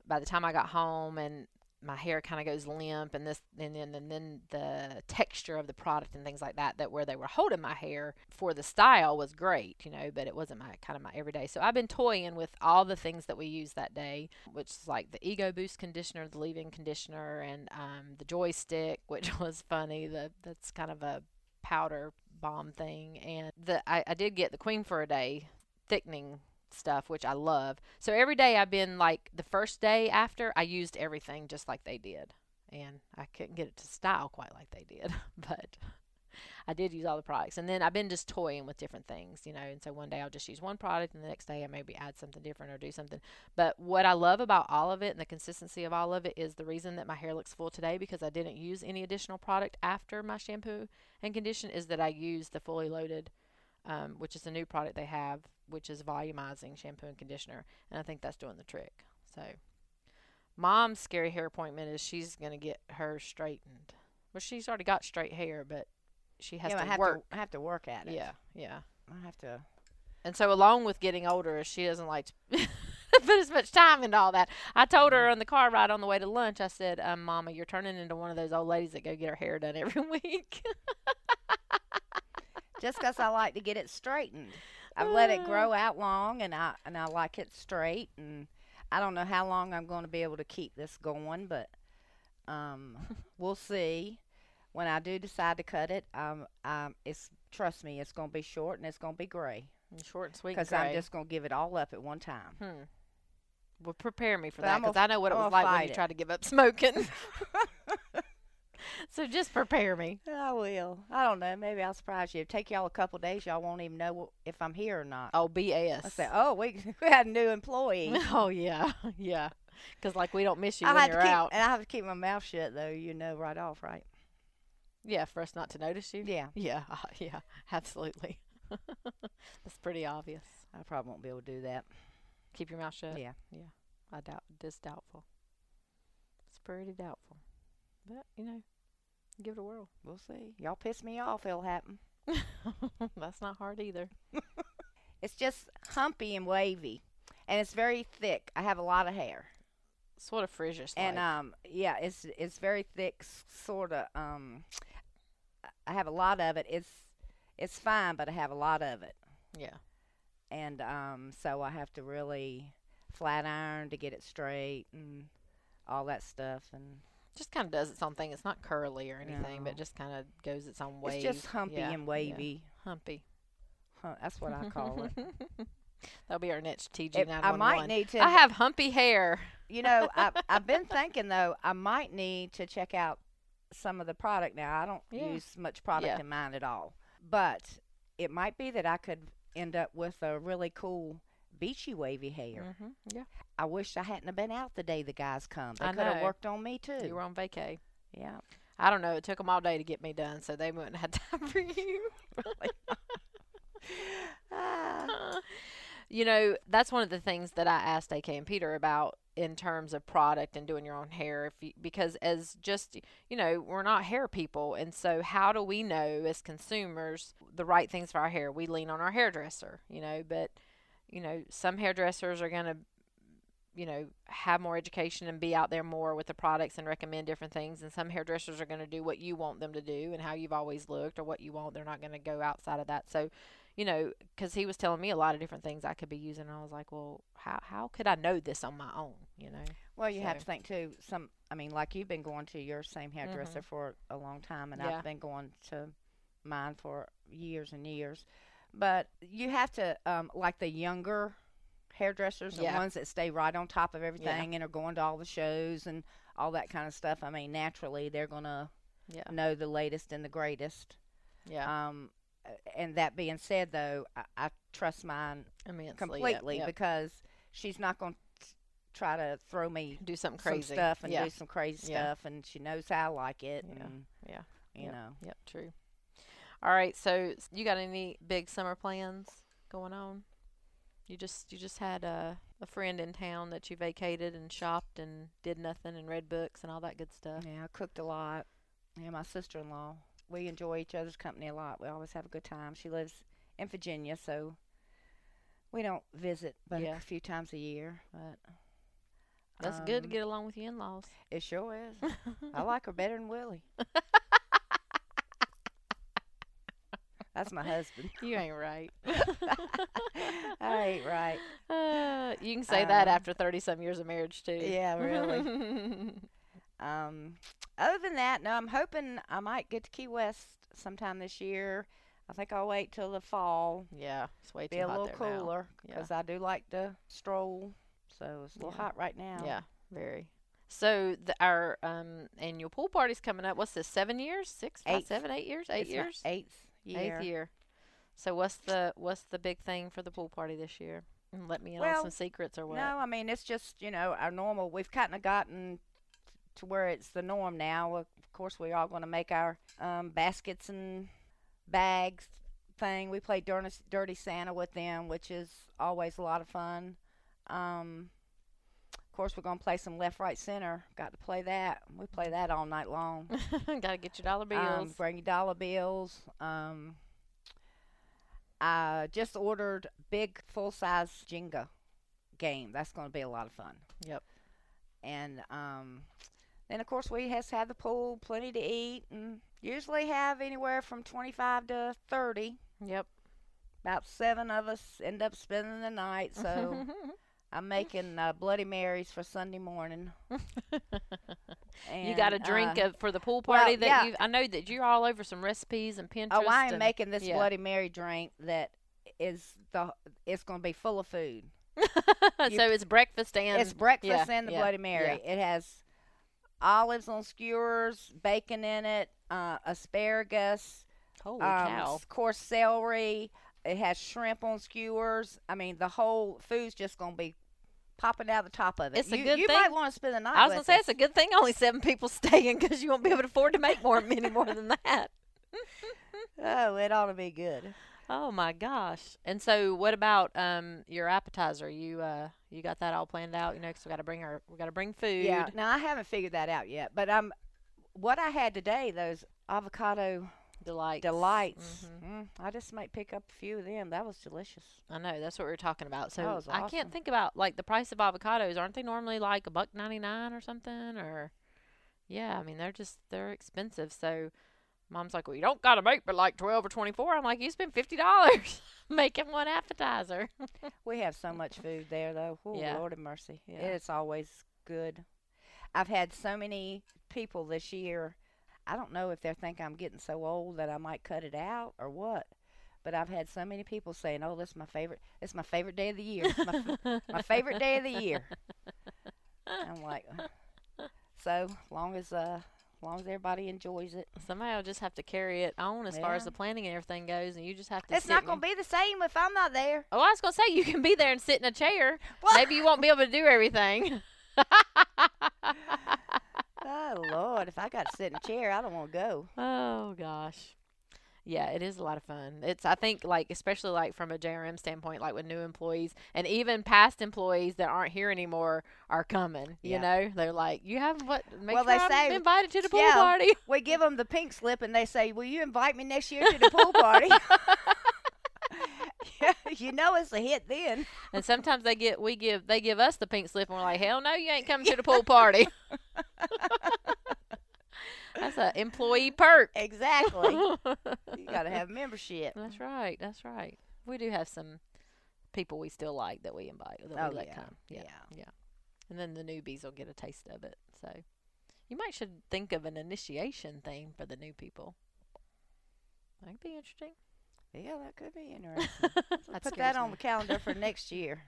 Speaker 7: by the time I got home and my hair kind of goes limp and this and then and then the texture of the product and things like that that where they were holding my hair for the style was great you know but it wasn't my kind of my everyday so i've been toying with all the things that we used that day which is like the ego boost conditioner the leave-in conditioner and um, the joystick which was funny the that's kind of a powder balm thing, and the I, I did get the Queen for a Day thickening stuff, which I love. So every day I've been like the first day after I used everything just like they did, and I couldn't get it to style quite like they did, but I did use all the products. And then I've been just toying with different things, you know. And so one day I'll just use one product, and the next day I maybe add something different or do something. But what I love about all of it and the consistency of all of it is the reason that my hair looks full today because I didn't use any additional product after my shampoo and condition is that I used the fully loaded, um, which is a new product they have, which is volumizing shampoo and conditioner. And I think that's doing the trick. So, mom's scary hair appointment is she's going to get her straightened. Well, she's already got straight hair, but she has
Speaker 8: yeah,
Speaker 7: to
Speaker 8: I have
Speaker 7: work.
Speaker 8: to I have to work at it.
Speaker 7: Yeah, yeah.
Speaker 8: I have to.
Speaker 7: And so, along with getting older, she doesn't like to put as much time into all that. I told
Speaker 8: Mm-hmm.
Speaker 7: her on the car ride on the way to lunch, I said, um, Mama, you're turning into one of those old ladies that go get her hair done every week.
Speaker 8: Just 'cause I like to get it straightened. I've let
Speaker 7: Uh.
Speaker 8: it grow out long, and I and I like it straight. And I don't know how long I'm going to be able to keep this going, but um, we'll see. When I do decide to cut it, um, um, it's trust me, it's going to be short and it's going to be gray
Speaker 7: Short and sweet. and
Speaker 8: because I'm
Speaker 7: gray.
Speaker 8: just going to give it all up at one time.
Speaker 7: Hmm. Well, prepare me for
Speaker 8: But
Speaker 7: that
Speaker 8: I'ma
Speaker 7: because I know what it
Speaker 8: I'ma
Speaker 7: was like when
Speaker 8: fight
Speaker 7: you
Speaker 8: it.
Speaker 7: tried to give up smoking. so just prepare me.
Speaker 8: I will. I don't know. Maybe I'll surprise you. Take y'all a couple days. Y'all won't even know wh- if I'm here or not.
Speaker 7: Oh, BS.
Speaker 8: I said, oh, we, we had a new employee.
Speaker 7: oh yeah, yeah. Because like we don't miss you
Speaker 8: I
Speaker 7: when
Speaker 8: had to
Speaker 7: you're
Speaker 8: keep,
Speaker 7: out.
Speaker 8: and I have to keep my mouth shut though. You know, right off, right?
Speaker 7: Yeah, for us not to notice you.
Speaker 8: Yeah,
Speaker 7: Yeah, uh, yeah, absolutely. That's pretty obvious.
Speaker 8: I probably won't be able to do that.
Speaker 7: Keep your mouth shut.
Speaker 8: Yeah.
Speaker 7: I doubt this doubtful. It's pretty doubtful. But, you know, give it a whirl.
Speaker 8: We'll see. Y'all piss me off. It'll happen.
Speaker 7: That's not hard either.
Speaker 8: It's just humpy and wavy, and it's very thick. I have a lot of hair,
Speaker 7: Sort of frizzish.
Speaker 8: and um, yeah, it's it's very thick, sort of. Um, I have a lot of it. It's it's fine, but I have a lot of it,
Speaker 7: yeah.
Speaker 8: and um, so I have to really flat iron to get it straight and all that stuff, and
Speaker 7: Just kind of does its own thing. It's not curly or anything, but
Speaker 8: No.
Speaker 7: just kind of goes its own way.
Speaker 8: it's just humpy and wavy.
Speaker 7: Humpy.
Speaker 8: Huh, that's what I call it.
Speaker 7: That'll be our next TG
Speaker 8: It-
Speaker 7: nine
Speaker 8: I might need to.
Speaker 7: I have humpy hair.
Speaker 8: you know, I, I've been thinking though, I might need to check out some of the product now. I don't
Speaker 7: Yeah.
Speaker 8: use much product
Speaker 7: Yeah.
Speaker 8: in mine at all, but it might be that I could end up with a really cool beachy wavy hair.
Speaker 7: Mm-hmm. Yeah.
Speaker 8: I wish I hadn't have been out the day the guys come. They
Speaker 7: I
Speaker 8: could have
Speaker 7: know.
Speaker 8: worked on me too.
Speaker 7: You were on vacay.
Speaker 8: Yeah.
Speaker 7: I don't know. It took them all day to get me done, so they wouldn't have time for you.
Speaker 8: Ah,
Speaker 7: you know, that's one of the things that I asked AK and Peter about in terms of product and doing your own hair if you, because as just you know we're not hair people and so how do we know as consumers the right things for our hair we lean on our hairdresser you know but you know some hairdressers are going to you know have more education and be out there more with the products and recommend different things and some hairdressers are going to do what you want them to do and how you've always looked or what you want they're not going to go outside of that so you know because he was telling me a lot of different things i could be using and i was like well how, how could i know this on my own you know
Speaker 8: well, you have
Speaker 7: So-
Speaker 8: to think too. Some, I mean, like you've been going to your same hairdresser for a long time, and
Speaker 7: Mm-hmm. Yeah.
Speaker 8: I've been going to mine for years and years. But you have to, um, like the younger hairdressers, the
Speaker 7: Yeah.
Speaker 8: ones that stay right on top of everything and are going to all the shows and all that kind of stuff. I mean, naturally, they're gonna
Speaker 7: Yeah. Uh,
Speaker 8: know the latest and the greatest.
Speaker 7: yeah
Speaker 8: Um, a- and that being said, though, I, I trust mine
Speaker 7: immensely
Speaker 8: completely
Speaker 7: yep, yep.
Speaker 8: because she's not going to try to throw me
Speaker 7: do something crazy
Speaker 8: some stuff and
Speaker 7: yeah
Speaker 8: do some crazy
Speaker 7: Yeah.
Speaker 8: stuff, and she knows how I like it.
Speaker 7: Yeah.
Speaker 8: And,
Speaker 7: Yeah.
Speaker 8: You know,
Speaker 7: yep true all right so s- you got any big summer plans going on you just you just had a, a friend in town that you vacated and shopped and did nothing and read books and all that good stuff
Speaker 8: yeah, I cooked a lot. Yeah, my sister in law. We enjoy each other's company a lot. We always have a good time. She lives in Virginia, so we don't visit but
Speaker 7: Yeah.
Speaker 8: a few times a year. But
Speaker 7: that's good to
Speaker 8: um,
Speaker 7: get along with your in-laws
Speaker 8: It sure is. I like her better than Willie. That's my husband.
Speaker 7: you ain't right
Speaker 8: I ain't right.
Speaker 7: Uh, you can say that
Speaker 8: Uh,
Speaker 7: after 30 some years of marriage, too.
Speaker 8: Yeah, really. Um, other than that, no, I'm hoping I might get to Key West sometime this year. I think I'll wait till the fall.
Speaker 7: Yeah, it's way too
Speaker 8: Be a
Speaker 7: hot
Speaker 8: little
Speaker 7: there now.
Speaker 8: cooler
Speaker 7: Yeah.
Speaker 8: because I do like to stroll. So it's a little
Speaker 7: Yeah.
Speaker 8: hot right now.
Speaker 7: Yeah, very. So the, our um, annual pool party's coming up. What's this? Seven years? Six? five,
Speaker 8: Eighth.
Speaker 7: seven, eight years? Eight
Speaker 8: It's my
Speaker 7: years?
Speaker 8: Eighth year.
Speaker 7: Eighth year. So what's the what's the big thing for the pool party this year? And let me in on
Speaker 8: Well,
Speaker 7: some secrets or what?
Speaker 8: No, I mean it's just you know our normal. We've kind of gotten to where it's the norm now. Of course, we're all going to make our um, baskets and bags thing. We play Dirty, Dirty Santa with them, which is always a lot of fun. Um, of course, we're going to play some left, right, center. Got to play that. We play that all night long.
Speaker 7: Gotta get your dollar bills.
Speaker 8: Um, bring your dollar bills. Um, I just ordered big full size Jenga game. That's going to be a lot of fun.
Speaker 7: Yep.
Speaker 8: And um, then of course we has had the pool, plenty to eat, and usually have anywhere from twenty five to thirty.
Speaker 7: yep.
Speaker 8: About seven of us end up spending the night, so I'm making uh, Bloody Marys for Sunday morning. and,
Speaker 7: you got a drink
Speaker 8: uh,
Speaker 7: of, for the pool
Speaker 8: well,
Speaker 7: party that
Speaker 8: yeah.
Speaker 7: you. I know that you're all over some recipes and Pinterest.
Speaker 8: Oh, I am
Speaker 7: and-
Speaker 8: making this
Speaker 7: yeah.
Speaker 8: Bloody Mary drink that is the it's going to be full of food. you-
Speaker 7: so it's breakfast and
Speaker 8: it's breakfast
Speaker 7: yeah,
Speaker 8: and the
Speaker 7: yeah,
Speaker 8: Bloody Mary. It has olives on skewers, bacon in it, uh, asparagus,
Speaker 7: holy
Speaker 8: um,
Speaker 7: cow.
Speaker 8: of course celery. It has shrimp on skewers. I mean, the whole food's just going to be popping out the top of it.
Speaker 7: It's a
Speaker 8: you,
Speaker 7: good
Speaker 8: you
Speaker 7: thing-
Speaker 8: might want to spend the night.
Speaker 7: I was gonna
Speaker 8: with
Speaker 7: say
Speaker 8: us.
Speaker 7: it's a good thing only seven people staying because you won't be able to afford to make more many more than that.
Speaker 8: oh, it ought to be good.
Speaker 7: Oh my gosh! And so, what about um your appetizer? You uh you got that all planned out? You know, 'cause we got to bring our we got to bring food.
Speaker 8: Yeah. Now I haven't figured that out yet, but um, what I had today those avocado
Speaker 7: delights.
Speaker 8: delights.
Speaker 7: Mhm.
Speaker 8: Mm, I just might pick up a few of them. That was delicious.
Speaker 7: I know that's what we were talking about. So
Speaker 8: was
Speaker 7: I
Speaker 8: awesome.
Speaker 7: can't think about like the price of avocados. Aren't they normally like a buck ninety nine or something? Or yeah, I mean they're just they're expensive. So mom's like, well, you don't gotta make but like twelve or twenty four. I'm like, you spend fifty dollars making one appetizer.
Speaker 8: We have so much food there, though. Oh,
Speaker 7: Yeah.
Speaker 8: Lord have mercy.
Speaker 7: Yeah.
Speaker 8: It's always good. I've had so many people this year. I don't know if they think I'm getting so old that I might cut it out or what. But I've had so many people saying, "Oh, this is my favorite. It's my favorite day of the year. It's my, f- my favorite day of the year." I'm like, so long as uh, long as everybody enjoys it.
Speaker 7: Somebody will just have to carry it on as far as
Speaker 8: Yeah.
Speaker 7: the planning and everything goes, and you just have to.
Speaker 8: It's
Speaker 7: sit
Speaker 8: not
Speaker 7: and-
Speaker 8: gonna be the same if I'm not there.
Speaker 7: Oh, I was gonna say you can be there and sit in a chair.
Speaker 8: Well-
Speaker 7: Maybe you won't be able to do everything.
Speaker 8: Oh Lord, if I got to sit in a chair, I don't want to go.
Speaker 7: Oh gosh. Yeah, it is a lot of fun. It's I think like especially like from a JRM standpoint, like with new employees and even past employees that aren't here anymore are coming. You
Speaker 8: Yeah.
Speaker 7: know, they're like, you haven't what? Make
Speaker 8: Well,
Speaker 7: sure
Speaker 8: they
Speaker 7: I'm
Speaker 8: say-
Speaker 7: invited to the pool
Speaker 8: yeah.
Speaker 7: party.
Speaker 8: We give them the pink slip, and they say, "Will you invite me next year to the pool party?" you know it's a hit then.
Speaker 7: and sometimes they get we give they give us the pink slip and we're like, hell no, you ain't coming to the pool party. That's an employee perk.
Speaker 8: Exactly. you got to have membership.
Speaker 7: That's right. That's right. We do have some people we still like that we invite that
Speaker 8: Oh,
Speaker 7: we let
Speaker 8: yeah,
Speaker 7: come. Yeah,
Speaker 8: yeah.
Speaker 7: yeah. And then the newbies will get a taste of it. So you might should think of an initiation thing for the new people. That'd be interesting.
Speaker 8: Yeah, that could be interesting.
Speaker 7: That
Speaker 8: Put
Speaker 7: scares
Speaker 8: that on
Speaker 7: me.
Speaker 8: the calendar for next year.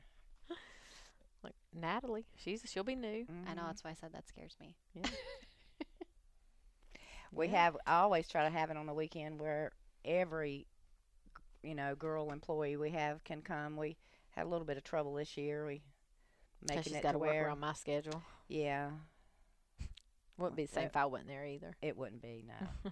Speaker 7: Like Natalie, she's she'll be new.
Speaker 9: I know that's why I said that scares me.
Speaker 8: Mm-hmm. We have. I always try to have it on the weekend where every, you know, girl employee we have can come. We had a little bit of trouble this year. We
Speaker 7: Making
Speaker 8: making
Speaker 7: she's
Speaker 8: it
Speaker 7: got
Speaker 8: to
Speaker 7: to work
Speaker 8: where,
Speaker 7: around my schedule.
Speaker 8: yeah,
Speaker 7: Wouldn't be the same
Speaker 8: Yeah.
Speaker 7: if I wasn't there either.
Speaker 8: it wouldn't be no.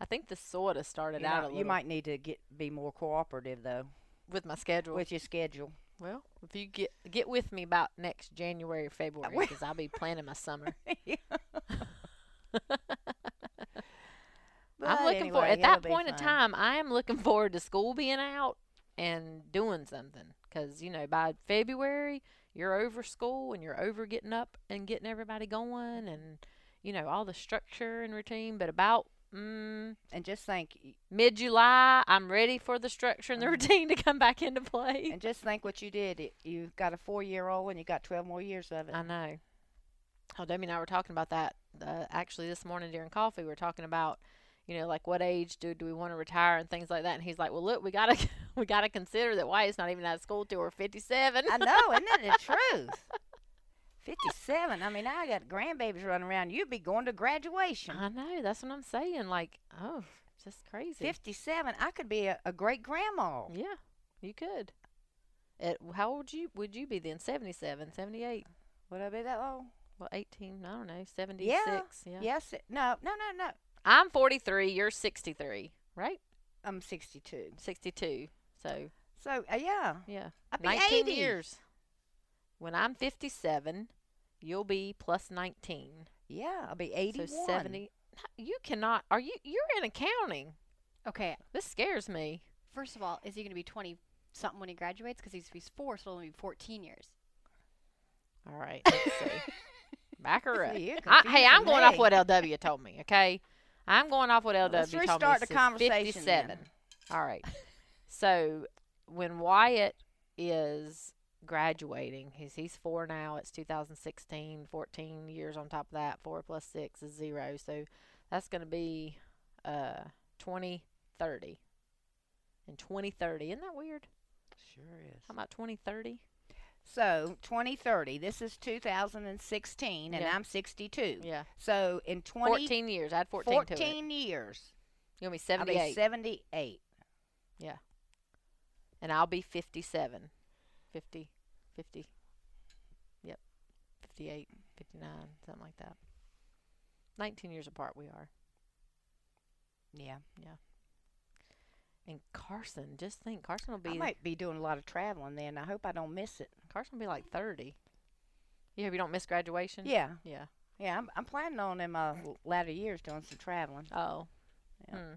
Speaker 7: I think the sort of started
Speaker 8: You,
Speaker 7: out
Speaker 8: know,
Speaker 7: a
Speaker 8: you
Speaker 7: little
Speaker 8: might need to get be more cooperative though
Speaker 7: with my schedule.
Speaker 8: with your schedule.
Speaker 7: well, if you get get with me about next January, February,
Speaker 8: we-
Speaker 7: because I'll be planning my summer. I'm
Speaker 8: But
Speaker 7: looking for
Speaker 8: anyway,
Speaker 7: at that
Speaker 8: it'll be
Speaker 7: point in
Speaker 8: fun.
Speaker 7: time. I am looking forward to school being out and doing something because you know by February you're over school and you're over getting up and getting everybody going and you know all the structure and routine. But about mm,
Speaker 8: And just think, y-
Speaker 7: mid July, I'm ready for the structure and the routine to come back into play.
Speaker 8: and just think what you did. It- You got a four-year-old, and you got twelve more years of it.
Speaker 7: I know. Oh, Debbie and I were talking about that uh, actually this morning during coffee. We were talking about, you know, like what age do do we want to retire and things like that. And he's like, well, look, we gotta we gotta consider that Wyatt's not even out of school till we're fifty seven.
Speaker 8: I know, isn't it the truth? 57. I mean, now I got grandbabies running around. You'd be going to graduation.
Speaker 7: I know. That's what I'm saying. Like, oh, just crazy.
Speaker 8: 57. I could be a, a great grandma.
Speaker 7: Yeah, you could. At how old you would you be then? 77, 78,
Speaker 8: Would I be that old?
Speaker 7: well, 18, I don't know, 76.
Speaker 8: Yeah.
Speaker 7: yeah.
Speaker 8: Yes. it- No, no, no, no.
Speaker 7: I'm 43, you're 63, right?
Speaker 8: I'm 62.
Speaker 7: 62. So,
Speaker 8: So, uh, yeah.
Speaker 7: yeah.
Speaker 8: I'd be
Speaker 7: 19
Speaker 8: 80.
Speaker 7: years. When I'm 57, you'll be plus 19.
Speaker 8: Yeah, I'll be 81.
Speaker 7: So 70. You cannot. Are you you're in accounting?
Speaker 9: Okay.
Speaker 7: This scares me.
Speaker 9: First of all, is he going to be 20 something when he graduates? Because he's, he's four, so it'll only be 14 years.
Speaker 7: All right. Let's see. Back her up.
Speaker 8: you're
Speaker 7: I, hey,
Speaker 8: confusing
Speaker 7: I'm going off
Speaker 8: me.
Speaker 7: what LW told me, okay? I'm going off what LW
Speaker 8: let's
Speaker 7: told me.
Speaker 8: restart the
Speaker 7: This is
Speaker 8: conversation
Speaker 7: 57.
Speaker 8: then.
Speaker 7: All right. so when Wyatt is graduating, he's, he's four now. It's 2016, 14 years on top of that. Four plus six is zero. So that's going to be uh, 2030. In 2030. Isn't that weird?
Speaker 8: Sure is.
Speaker 7: How about 2030?
Speaker 8: So 2030, this is 2016, and
Speaker 7: Yeah.
Speaker 8: I'm 62.
Speaker 7: Yeah.
Speaker 8: So in 20,
Speaker 7: 14 years. Add 14, to it.
Speaker 8: 14 years,
Speaker 7: You'll be
Speaker 8: I'll
Speaker 7: 78.
Speaker 8: be 78.
Speaker 7: Yeah. And I'll be 57. 50, 50. Yep. 58, 59, something like that. 19 years apart we are.
Speaker 8: Yeah.
Speaker 7: And Carson, just think Carson will
Speaker 8: I
Speaker 7: be
Speaker 8: might be doing a lot of traveling then. I hope I don't miss it.
Speaker 7: Carson will be like 30. You hope you don't miss graduation?
Speaker 8: Yeah.
Speaker 7: Yeah.
Speaker 8: Yeah, I'm, I'm planning on in my l- latter years doing some traveling.
Speaker 7: Oh.
Speaker 8: Yeah.
Speaker 7: Hmm.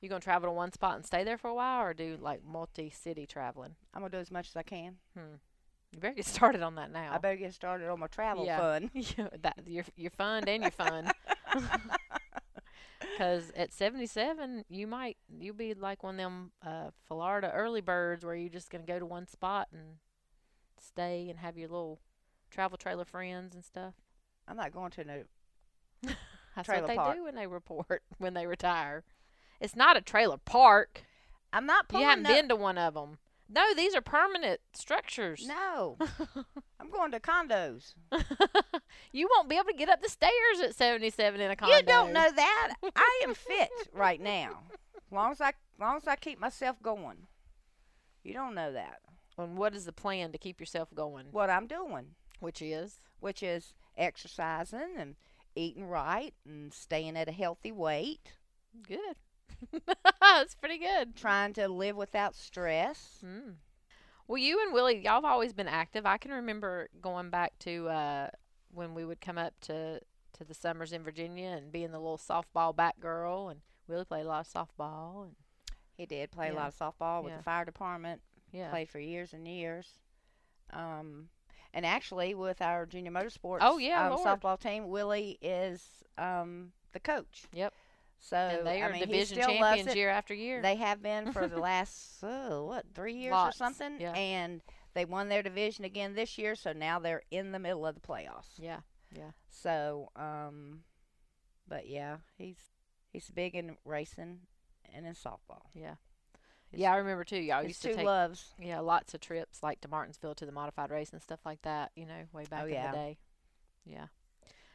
Speaker 7: You going to travel to one spot and stay there for a while or do like multi-city traveling?
Speaker 8: I'm going to do as much as I can.
Speaker 7: You better get started on that now.
Speaker 8: I better get started on my travel
Speaker 7: Yeah.
Speaker 8: fun.
Speaker 7: yeah, that you're you're fun and you're fun. Because at 77, you might you'll be like one of them uh, Florida early birds where you're just gonna go to one spot and stay and have your little travel trailer friends and stuff.
Speaker 8: I'm not going to no.
Speaker 7: That's
Speaker 8: Trailer
Speaker 7: what they
Speaker 8: park.
Speaker 7: do when they report when they retire. It's not a trailer park.
Speaker 8: I'm not pulling
Speaker 7: you haven't
Speaker 8: no,
Speaker 7: been to one of them. No, these are permanent structures.
Speaker 8: No. I'm going to condos.
Speaker 7: you won't be able to get up the stairs at 77 in a condo.
Speaker 8: You don't know that. I am fit right now. As long as I long as I keep myself going. You don't know that.
Speaker 7: And what is the plan to keep yourself going?
Speaker 8: What I'm doing,
Speaker 7: Which is?
Speaker 8: which is exercising and eating right and staying at a healthy weight,
Speaker 7: Good. That's pretty good.
Speaker 8: trying to live without stress.
Speaker 7: Mm. Well, you and Willie, y'all have always been active. I can remember going back to uh, when we would come up to, to the summers in Virginia and being the little softball bat girl. And Willie played a lot of softball. And
Speaker 8: He did play a
Speaker 7: Yeah.
Speaker 8: lot of softball with
Speaker 7: Yeah.
Speaker 8: the fire department.
Speaker 7: yeah.
Speaker 8: Played for years and years. Um, and actually, with our junior motorsports
Speaker 7: Oh, yeah,
Speaker 8: um,
Speaker 7: Lord.
Speaker 8: softball team, Willie is um, the coach.
Speaker 7: Yep.
Speaker 8: So
Speaker 7: and they
Speaker 8: I
Speaker 7: are
Speaker 8: mean, he
Speaker 7: division
Speaker 8: still loves
Speaker 7: champions
Speaker 8: it.
Speaker 7: year after year.
Speaker 8: They have been for the last uh, what three years
Speaker 7: Lots,
Speaker 8: or something,
Speaker 7: yeah.
Speaker 8: and they won their division again this year. So now they're in the middle of the playoffs.
Speaker 7: yeah.
Speaker 8: So, um, but yeah, he's he's big in racing and in softball.
Speaker 7: Yeah, I remember too. Y'all
Speaker 8: His
Speaker 7: used to
Speaker 8: two
Speaker 7: take
Speaker 8: loves.
Speaker 7: yeah lots of trips like to Martinsville to the modified race and stuff like that. You know, way back in
Speaker 8: Oh, yeah.
Speaker 7: the day. Yeah.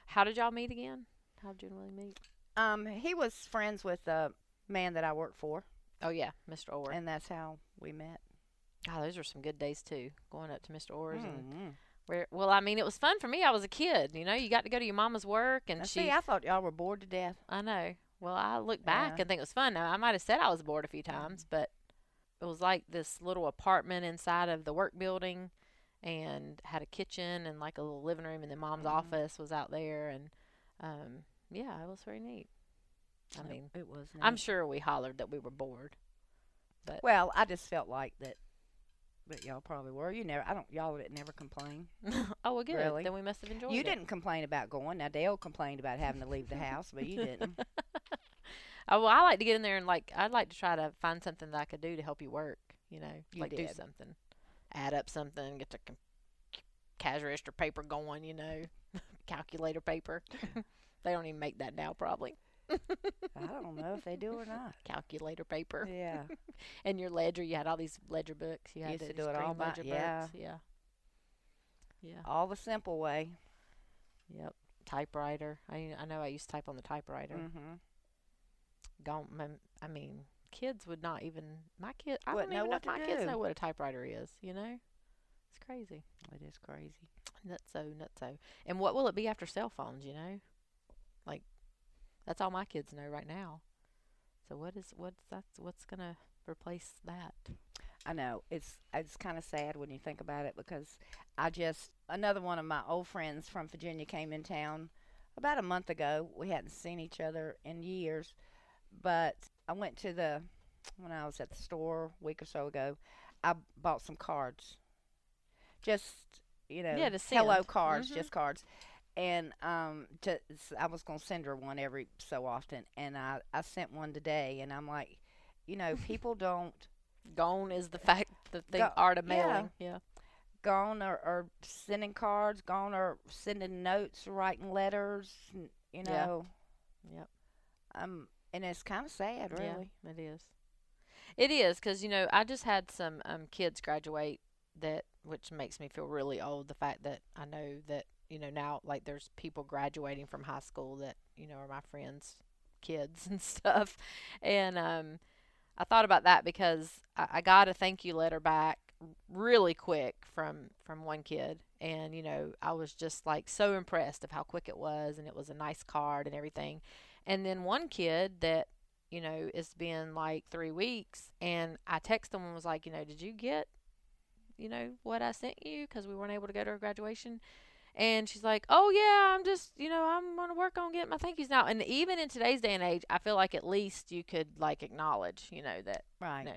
Speaker 7: How did y'all meet again? How did you and Willie meet?
Speaker 8: Um, he was friends with the man that I work for.
Speaker 7: Oh yeah, Mr. Orr.
Speaker 8: And that's how we met.
Speaker 7: God, those were some good days too. Going up to Mr. Orr's
Speaker 8: Hmm.
Speaker 7: and
Speaker 8: Mm-hmm.
Speaker 7: where well, I mean, it was fun for me. I was a kid, you know. You got to go to your mama's work, and
Speaker 8: Now,
Speaker 7: she.
Speaker 8: see, I thought y'all were bored to death.
Speaker 7: I know. Well, I look back
Speaker 8: Yeah.
Speaker 7: and think it was fun. Now, I might have said I was bored a few times, but it was like this little apartment inside of the work building, and had a kitchen and like a little living room, and then mom's office was out there, and um, yeah, it was very neat. I
Speaker 8: It-
Speaker 7: mean,
Speaker 8: it was.
Speaker 7: I'm
Speaker 8: neat.
Speaker 7: sure we hollered that we were bored.
Speaker 8: Well, I just felt like that. But y'all probably were. You never. I don't. Y'all would never complain.
Speaker 7: oh, well, good.
Speaker 8: Really?
Speaker 7: Then we must have enjoyed
Speaker 8: You
Speaker 7: it.
Speaker 8: didn't complain about going. Now Dale complained about having to leave the house, but you didn't.
Speaker 7: Oh well, I like to get in there and like I'd like to try to find something that I could do to help you work. You know,
Speaker 8: You
Speaker 7: like do
Speaker 8: did.
Speaker 7: something, add up something, get the com- cash register paper going. You know, calculator paper. they don't even make that now, probably.
Speaker 8: I don't know if they do or not.
Speaker 7: Calculator paper
Speaker 8: Yeah.
Speaker 7: and your ledger. You had all these ledger books. You had
Speaker 8: Used to
Speaker 7: these
Speaker 8: do it all
Speaker 7: green
Speaker 8: by-
Speaker 7: ledger
Speaker 8: yeah.
Speaker 7: books. Yeah. Yeah.
Speaker 8: All the simple way.
Speaker 7: Yep. Typewriter. I I know I used to type on the typewriter.
Speaker 8: Mm-hmm.
Speaker 7: Don't. mem- I mean, kids would not even. My kid. I
Speaker 8: Wouldn't
Speaker 7: don't
Speaker 8: know
Speaker 7: even know
Speaker 8: what
Speaker 7: if
Speaker 8: to
Speaker 7: my kids
Speaker 8: do.
Speaker 7: know what a typewriter is. You know, it's crazy.
Speaker 8: It is crazy.
Speaker 7: Nutso, nutso. And what will it be after cell phones, you know? Like that's all my kids know right now. So what is what's that's what's gonna replace that?
Speaker 8: I know it's it's kind of sad when you think about it because I just another one of my old friends from Virginia came in town about a month ago. We hadn't seen each other in years, but I went to the when I was at the store a week or so ago. I bought some cards, just you know,
Speaker 7: Yeah, to send.
Speaker 8: hello cards,
Speaker 7: Mhm.
Speaker 8: just cards. And um, to, s- I was gonna send her one every so often, and I I sent one today, and I'm like, you know, people don't
Speaker 7: Gone is the fact the thing
Speaker 8: Go-
Speaker 7: art of
Speaker 8: yeah.
Speaker 7: mailing. Yeah.
Speaker 8: gone or, or sending cards, gone or sending notes, writing letters, n- you
Speaker 7: Yeah.
Speaker 8: know.
Speaker 7: Yep.
Speaker 8: Um, and it's kind of sad,
Speaker 7: Yeah,
Speaker 8: really.
Speaker 7: it is. It is because you know I just had some um, kids graduate that, which makes me feel really old. The fact that I know that you know now, like there's people graduating from high school that you know are my friends' kids and stuff, and um, I thought about that because I, I got a thank you letter back really quick from from one kid and you know I was just like so impressed of how quick it was and it was a nice card and everything and then one kid that you know, it's been like three weeks. And I texted him and was like, you know, did you get, you know, what I sent you? Because we weren't able to go to her graduation. And she's like, oh, yeah, I'm just, you know, I'm going to work on getting my thank yous now. And even in today's day and age, I feel like at least you could like acknowledge, you know, that
Speaker 8: Right.
Speaker 7: No.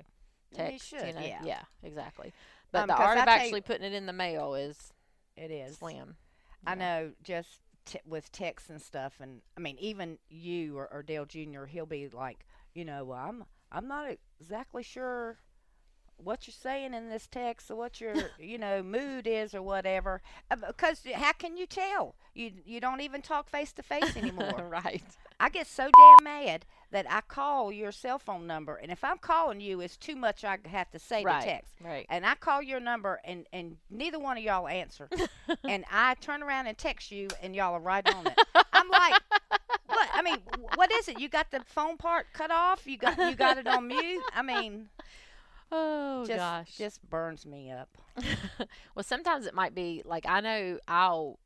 Speaker 8: And you
Speaker 7: text.
Speaker 8: should,
Speaker 7: know,
Speaker 8: yeah.
Speaker 7: exactly. But
Speaker 8: Um,
Speaker 7: the
Speaker 8: 'cause
Speaker 7: art
Speaker 8: I
Speaker 7: of
Speaker 8: tell you-
Speaker 7: actually putting it in the mail is
Speaker 8: It is.
Speaker 7: slim.
Speaker 8: I
Speaker 7: Yeah.
Speaker 8: know, just t- with texts and stuff, and I mean, even you or, or Dale Jr. He'll be like, you know, well, I'm I'm not exactly sure what you're saying in this text or what your you know mood is or whatever, Uh, because how can you tell? You you don't even talk face to face anymore.
Speaker 7: right.
Speaker 8: I get so damn mad that I call your cell phone number, and if I'm calling you, it's too much I have to say
Speaker 7: Right.
Speaker 8: to text.
Speaker 7: Right.
Speaker 8: And I call your number, and and neither one of y'all answer, and I turn around and text you, and y'all are right on it. I'm like, what? I mean, wh- what is it? You got the phone part cut off? You got you got it on mute? I mean,
Speaker 7: Oh,
Speaker 8: just
Speaker 7: gosh.
Speaker 8: just burns me up.
Speaker 7: well, sometimes it might be like I know I'll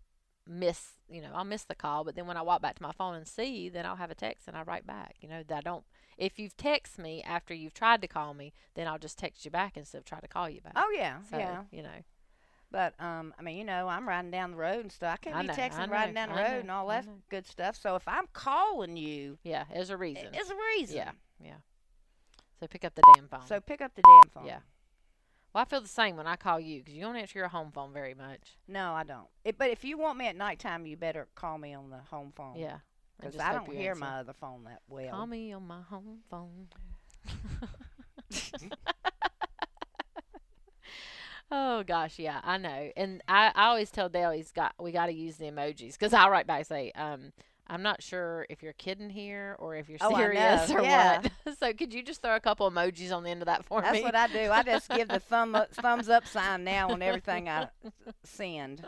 Speaker 7: miss, you know, I'll miss the call, but then when I walk back to my phone and see, then I'll have a text and I write back. You know, that I don't. If you've texted me after you've tried to call me, then I'll just text you back instead of try to call you back.
Speaker 8: Oh yeah,
Speaker 7: so,
Speaker 8: yeah.
Speaker 7: You know,
Speaker 8: But um, I mean, you know, I'm riding down the road and stuff. I
Speaker 7: I
Speaker 8: can't
Speaker 7: know,
Speaker 8: be
Speaker 7: I
Speaker 8: texting
Speaker 7: know,
Speaker 8: riding down the
Speaker 7: I
Speaker 8: road
Speaker 7: know,
Speaker 8: and all
Speaker 7: I
Speaker 8: that
Speaker 7: know.
Speaker 8: good stuff. So if I'm calling you,
Speaker 7: yeah, there's a reason.
Speaker 8: it's a reason.
Speaker 7: Yeah, yeah. So pick up the damn phone.
Speaker 8: So pick up the damn phone.
Speaker 7: yeah. Well, I feel the same when I call you because you don't answer your home phone very much.
Speaker 8: No, I don't. It, but if you want me at nighttime, you better call me on the home phone.
Speaker 7: Yeah. I
Speaker 8: Oh. Because
Speaker 7: just
Speaker 8: I
Speaker 7: hope
Speaker 8: don't
Speaker 7: you
Speaker 8: hear
Speaker 7: answer.
Speaker 8: my other phone that well.
Speaker 7: Call me on my home phone. oh gosh, yeah, I know. And I, I always tell Dale he's got we got to use the emojis because I write back and say, um, I'm not sure if you're kidding here or if you're
Speaker 8: Oh, I
Speaker 7: serious
Speaker 8: know,
Speaker 7: or
Speaker 8: yeah.
Speaker 7: what. so could you just throw a couple emojis on the end of that for
Speaker 8: That's
Speaker 7: me?
Speaker 8: what I do. I just give the thumb up, thumbs up sign now on everything I send.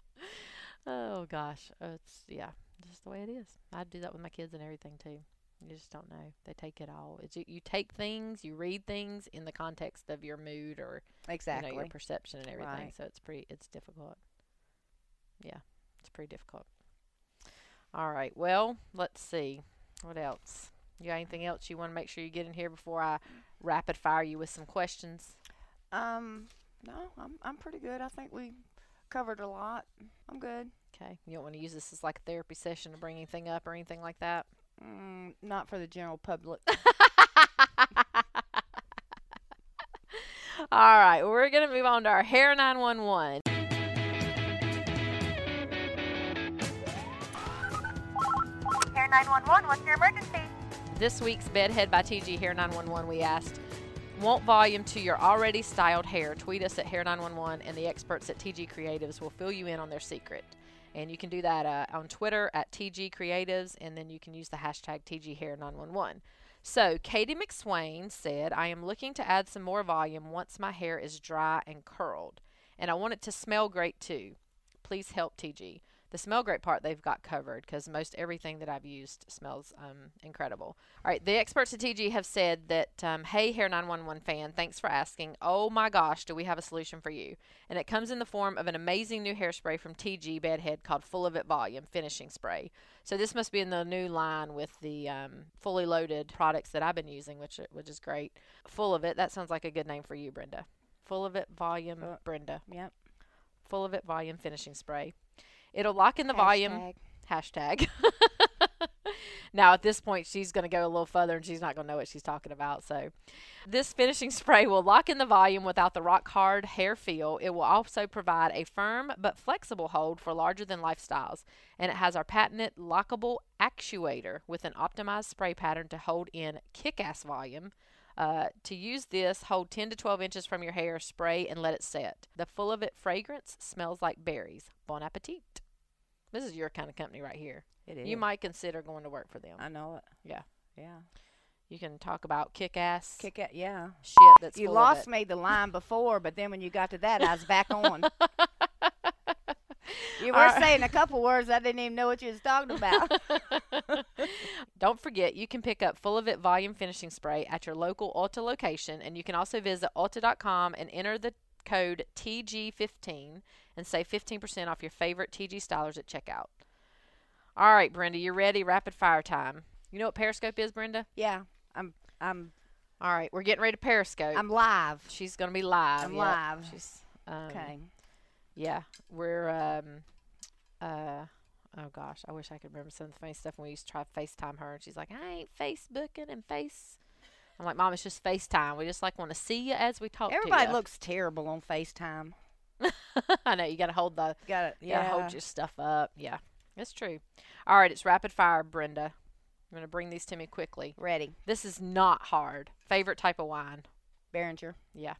Speaker 7: oh gosh, Uh, it's yeah, just the way it is. I do that with my kids and everything too. You just don't know. They take it all. It's, you, you take things, you read things in the context of your mood or
Speaker 8: Exactly.
Speaker 7: you know, your perception and everything.
Speaker 8: Right.
Speaker 7: So it's pretty, it's difficult. Yeah, it's pretty difficult. All right. Well, let's see. What else? You got anything else you want to make sure you get in here before I rapid fire you with some questions?
Speaker 8: um, no, I'm I'm pretty good. I think we covered a lot. I'm good.
Speaker 7: Okay. You don't want to use this as like a therapy session to bring anything up or anything like that.
Speaker 8: Mm, not for the general public.
Speaker 7: All right. Well, we're gonna move on to our hair nine one one.
Speaker 10: Hair 911, what's your emergency?
Speaker 7: This week's Bedhead by TG Hair 911, we asked, want volume to your already styled hair? Tweet us at Hair911, and the experts at TG Creatives will fill you in on their secret. And you can do that uh, on Twitter at TG Creatives, and then you can use the hashtag TGHair911. So, Katie McSwain said, I am looking to add some more volume once my hair is dry and curled. And I want it to smell great too. Please help TG. The smell great part they've got covered because most everything that I've used smells um, incredible. All right, the experts at TG have said that, um, hey, Hair 911 fan, thanks for asking. Oh my gosh, do we have a solution for you? And it comes in the form of an amazing new hairspray from TG Bedhead called Full of It Volume Finishing Spray. So this must be in the new line with the um, fully loaded products that I've been using, which which is great. Full of It, that sounds like a good name for you, Brenda. Full of It Volume,
Speaker 8: Uh,
Speaker 7: Brenda.
Speaker 8: Yep.
Speaker 7: Full of It Volume Finishing Spray. It'll lock in the volume
Speaker 9: Hashtag.
Speaker 7: hashtag. now at this point she's going to go a little further and she's not going to know what she's talking about so this finishing spray will lock in the volume without the rock hard hair feel it will also provide a firm but flexible hold for larger than life styles and it has our patented lockable actuator with an optimized spray pattern to hold in kick-ass volume uh, to use this, hold 10 to 12 inches from your hair, spray, and let it set. The full of it fragrance smells like berries. Bon appetit. This is your kind of company right here.
Speaker 8: It is.
Speaker 7: You might consider going to work for them.
Speaker 8: I know it.
Speaker 7: Yeah.
Speaker 8: Yeah.
Speaker 7: You can talk about kick ass
Speaker 8: Kick it. Yeah.
Speaker 7: shit that's
Speaker 8: you
Speaker 7: full of
Speaker 8: lost
Speaker 7: it.
Speaker 8: me the line before, but then when you got to that, I was back on. you were
Speaker 7: Alright.
Speaker 8: saying a couple words I didn't even know what you was talking about.
Speaker 7: Don't forget, you can pick up Full of It Volume Finishing Spray at your local Ulta location, and you can also visit Ulta.com and enter the code TG15 and save 15% off your favorite TG stylers at checkout. All right, Brenda, you're ready. Rapid fire time. You know what Periscope is, Brenda?
Speaker 8: yeah, I'm, I'm,
Speaker 7: All right, we're getting ready to Periscope.
Speaker 8: I'm live.
Speaker 7: She's going to be live.
Speaker 8: I'm
Speaker 7: yep.
Speaker 8: live.
Speaker 7: She's, um,
Speaker 8: Okay.
Speaker 7: Yeah, we're um, uh, oh gosh, I wish I could remember some of the funny stuff when we used to try to FaceTime her, and she's like, "I ain't Facebooking and face." I'm like, "Mom, it's just FaceTime. We just like want to see you as we talk." to
Speaker 8: Everybody
Speaker 7: ya."
Speaker 8: looks terrible on FaceTime.
Speaker 7: I know you gotta hold the,
Speaker 8: Got it.
Speaker 7: you gotta hold your stuff up. Yeah, it's true. All right, it's rapid fire, Brenda. I'm gonna bring these to me quickly.
Speaker 8: Ready.
Speaker 7: This is not hard. Favorite type of wine.
Speaker 8: Behringer,
Speaker 7: Yeah.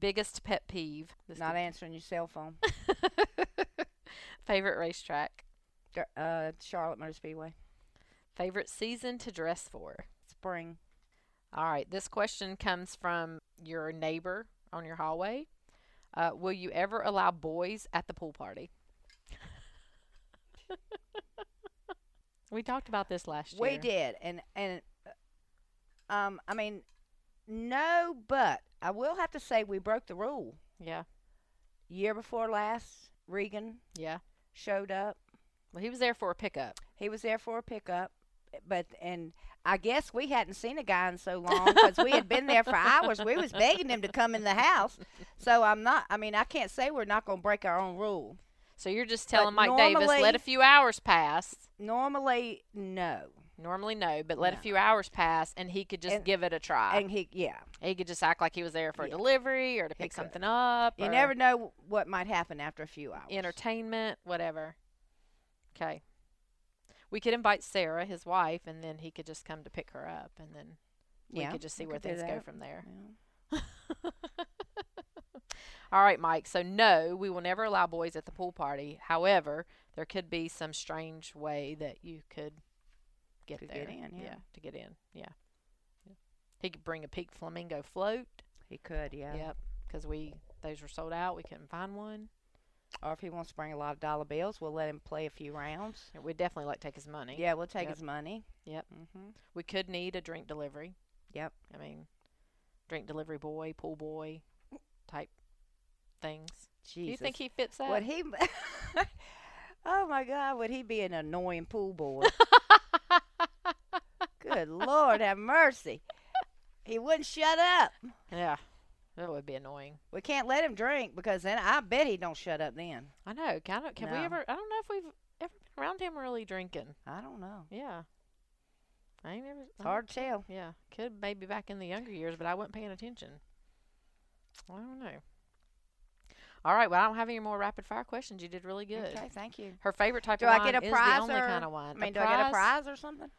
Speaker 7: Biggest pet peeve. This
Speaker 8: not
Speaker 7: could-
Speaker 8: answering your cell phone.
Speaker 7: favorite racetrack.
Speaker 8: Dur- uh, Charlotte Motor Speedway.
Speaker 7: Favorite season to dress for.
Speaker 8: Spring.
Speaker 7: All right. This question comes from your neighbor on your hallway. Uh, will you ever allow boys at the pool party? we talked about this last year.
Speaker 8: We did, and and uh, um, I mean, no, but I will have to say we broke the rule.
Speaker 7: Yeah.
Speaker 8: Year before last, Regan
Speaker 7: Yeah.
Speaker 8: showed up.
Speaker 7: Well, he was there for a pickup.
Speaker 8: He was there for a pickup, but and I guess we hadn't seen a guy in so long because we had been there for hours. We was begging him to come in the house. So I'm not. I mean, I can't say we're not going to break our own rule.
Speaker 7: So you're just telling Mike Davis, let
Speaker 8: normally-
Speaker 7: a few hours pass.
Speaker 8: Normally, no,
Speaker 7: Normally, no, but let a
Speaker 8: No.
Speaker 7: few hours pass and he could just
Speaker 8: And-
Speaker 7: give it a try.
Speaker 8: and he yeah.
Speaker 7: he could just act like he was there for
Speaker 8: Yeah.
Speaker 7: a delivery or to
Speaker 8: He
Speaker 7: pick
Speaker 8: could.
Speaker 7: something up.
Speaker 8: You
Speaker 7: or-
Speaker 8: never know what might happen after a few hours.
Speaker 7: entertainment, whatever. Okay. We could invite Sarah, his wife, and then he could just come to pick her up, and then we
Speaker 8: Yeah,
Speaker 7: could just see
Speaker 8: we
Speaker 7: where
Speaker 8: could do
Speaker 7: things go
Speaker 8: that.
Speaker 7: from there.
Speaker 8: Yeah.
Speaker 7: All right, Mike. So, no, we will never allow boys at the pool party. However, there could be some strange way that you could get
Speaker 8: To
Speaker 7: there.
Speaker 8: get in, yeah.
Speaker 7: To get in, yeah. Yeah. He could bring a pink flamingo float.
Speaker 8: He could, yeah.
Speaker 7: Yep. Because we, those were sold out. We couldn't find one.
Speaker 8: Or if he wants to bring a lot of dollar bills, we'll let him play a few rounds.
Speaker 7: And We'd definitely like to take his money.
Speaker 8: Yeah, we'll take
Speaker 7: Yep.
Speaker 8: his money.
Speaker 7: Yep.
Speaker 8: Mm-hmm.
Speaker 7: We could need a drink delivery.
Speaker 8: Yep.
Speaker 7: I mean, drink delivery boy, pool boy type things.
Speaker 8: Jesus.
Speaker 7: Do you think he fits that?
Speaker 8: would he? oh my God, would he be an annoying pool boy? Good Lord, have mercy. He wouldn't shut up.
Speaker 7: yeah. That would be annoying.
Speaker 8: We can't let him drink because then I bet he don't shut up. Then
Speaker 7: I know. Can, I, can
Speaker 8: No.
Speaker 7: we ever? I don't know if we've ever been around him really drinking.
Speaker 8: I don't know.
Speaker 7: Yeah. I ain't never.
Speaker 8: It's hard to tell.
Speaker 7: Yeah. Could maybe back in the younger years, but I wasn't paying attention. I don't know. All right. Well, I don't have any more rapid fire questions. You did really good.
Speaker 8: Okay, thank you.
Speaker 7: Her favorite type
Speaker 8: Do
Speaker 7: of
Speaker 8: I
Speaker 7: wine
Speaker 8: get a
Speaker 7: is
Speaker 8: prize
Speaker 7: the only
Speaker 8: or-
Speaker 7: kind of wine.
Speaker 8: I mean, do I get a prize or something?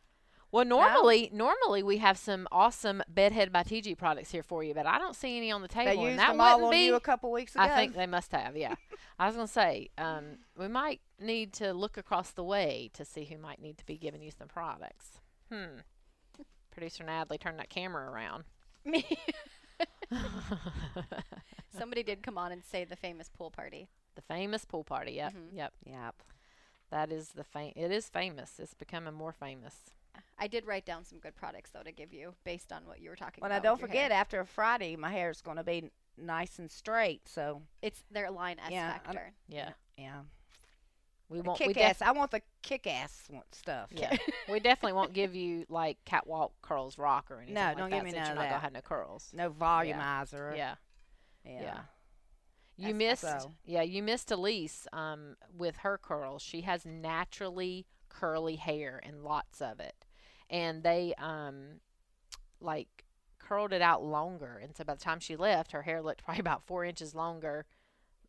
Speaker 7: Well, normally, normally we have some awesome Bedhead by TG products here for you, but I don't see any on the
Speaker 8: They
Speaker 7: table. and
Speaker 8: used
Speaker 7: that
Speaker 8: them all
Speaker 7: wouldn't
Speaker 8: on
Speaker 7: be.
Speaker 8: you a couple weeks ago.
Speaker 7: I think they must have. Yeah. I was going to say, um, we might need to look across the way to see who might need to be giving you some products. Hmm. Producer Natalie turned that camera around.
Speaker 9: Me. Somebody did come on and say the famous pool party.
Speaker 7: The famous pool party. Yep. Yep.
Speaker 8: Mm-hmm. Yep.
Speaker 7: That is the fam- It is famous. It's becoming more famous.
Speaker 9: I did write down some good products though to give you based on what you were talking
Speaker 8: Well, now
Speaker 9: about.
Speaker 8: don't
Speaker 9: with your
Speaker 8: forget,
Speaker 9: hair.
Speaker 8: after Friday, my hair is going to be n- nice and straight. So,
Speaker 9: it's their line S
Speaker 8: Yeah, I'm-
Speaker 9: factor.
Speaker 7: Yeah.
Speaker 8: yeah.
Speaker 7: We won't. We
Speaker 8: kick
Speaker 7: def-
Speaker 8: ass. I want the kick ass one- stuff.
Speaker 7: Yeah, we definitely won't give you like catwalk curls rock or anything.
Speaker 8: No,
Speaker 7: like
Speaker 8: don't
Speaker 7: that,
Speaker 8: give me none
Speaker 7: since you're
Speaker 8: of
Speaker 7: not gonna
Speaker 8: that.
Speaker 7: have no curls.
Speaker 8: No volumizer.
Speaker 7: Yeah,
Speaker 8: Yeah.
Speaker 7: yeah. you
Speaker 8: That's-
Speaker 7: missed.
Speaker 8: so-
Speaker 7: Yeah, you missed Elise. Um, with her curls, she has naturally curly hair and lots of it, and they um, like curled it out longer. And so by the time she left, her hair looked probably about four inches longer.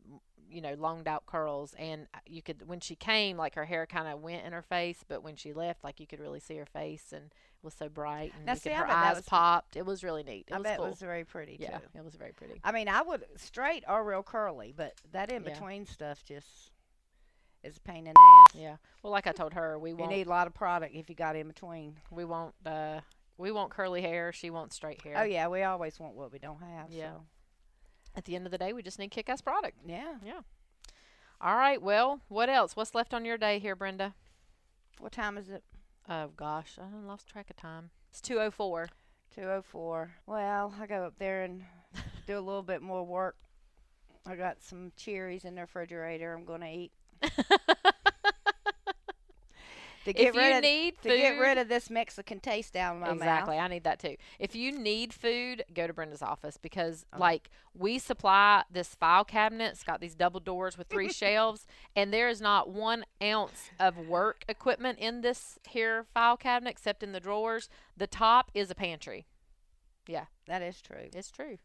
Speaker 7: m- You know, longed out curls, and uh, you could when she came, like her hair kind of went in her face, but when she left, like you could really see her face, and it was so bright, and
Speaker 8: Now,
Speaker 7: you could-
Speaker 8: see, I
Speaker 7: her
Speaker 8: bet that
Speaker 7: eyes
Speaker 8: was-
Speaker 7: popped. It was really neat. It
Speaker 8: I
Speaker 7: was
Speaker 8: bet
Speaker 7: cool.
Speaker 8: it was very pretty
Speaker 7: yeah,
Speaker 8: too.
Speaker 7: it was very pretty.
Speaker 8: I mean, I would straight or real curly, but that in
Speaker 7: Yeah.
Speaker 8: between stuff just is a pain in the ass.
Speaker 7: Yeah. Well, like I told her, we
Speaker 8: You
Speaker 7: won't.
Speaker 8: need a lot of product if you got in between.
Speaker 7: we won't. Uh, we want curly hair. She wants straight hair.
Speaker 8: Oh yeah, we always want what we don't have.
Speaker 7: Yeah.
Speaker 8: So.
Speaker 7: At the end of the day, we just need kick-ass product.
Speaker 8: Yeah.
Speaker 7: All right. Well, what else? What's left on your day here, Brenda?
Speaker 8: What time is it?
Speaker 7: Oh gosh, I done lost track of time. It's two oh four.
Speaker 8: Two oh four. Well, I go up there and do a little bit more work. I got some cherries in the refrigerator. I'm gonna eat. to get
Speaker 7: If
Speaker 8: rid
Speaker 7: you
Speaker 8: of,
Speaker 7: need
Speaker 8: to get rid
Speaker 7: food-
Speaker 8: of this Mexican taste down my
Speaker 7: exactly.
Speaker 8: mouth.
Speaker 7: I need that too. If you need food, go to Brenda's office because like we supply this file cabinet. It's got these double doors with three shelves, and there is not one ounce of work equipment in this here file cabinet except in the drawers. The top is a pantry.
Speaker 8: That is true.
Speaker 7: It's true.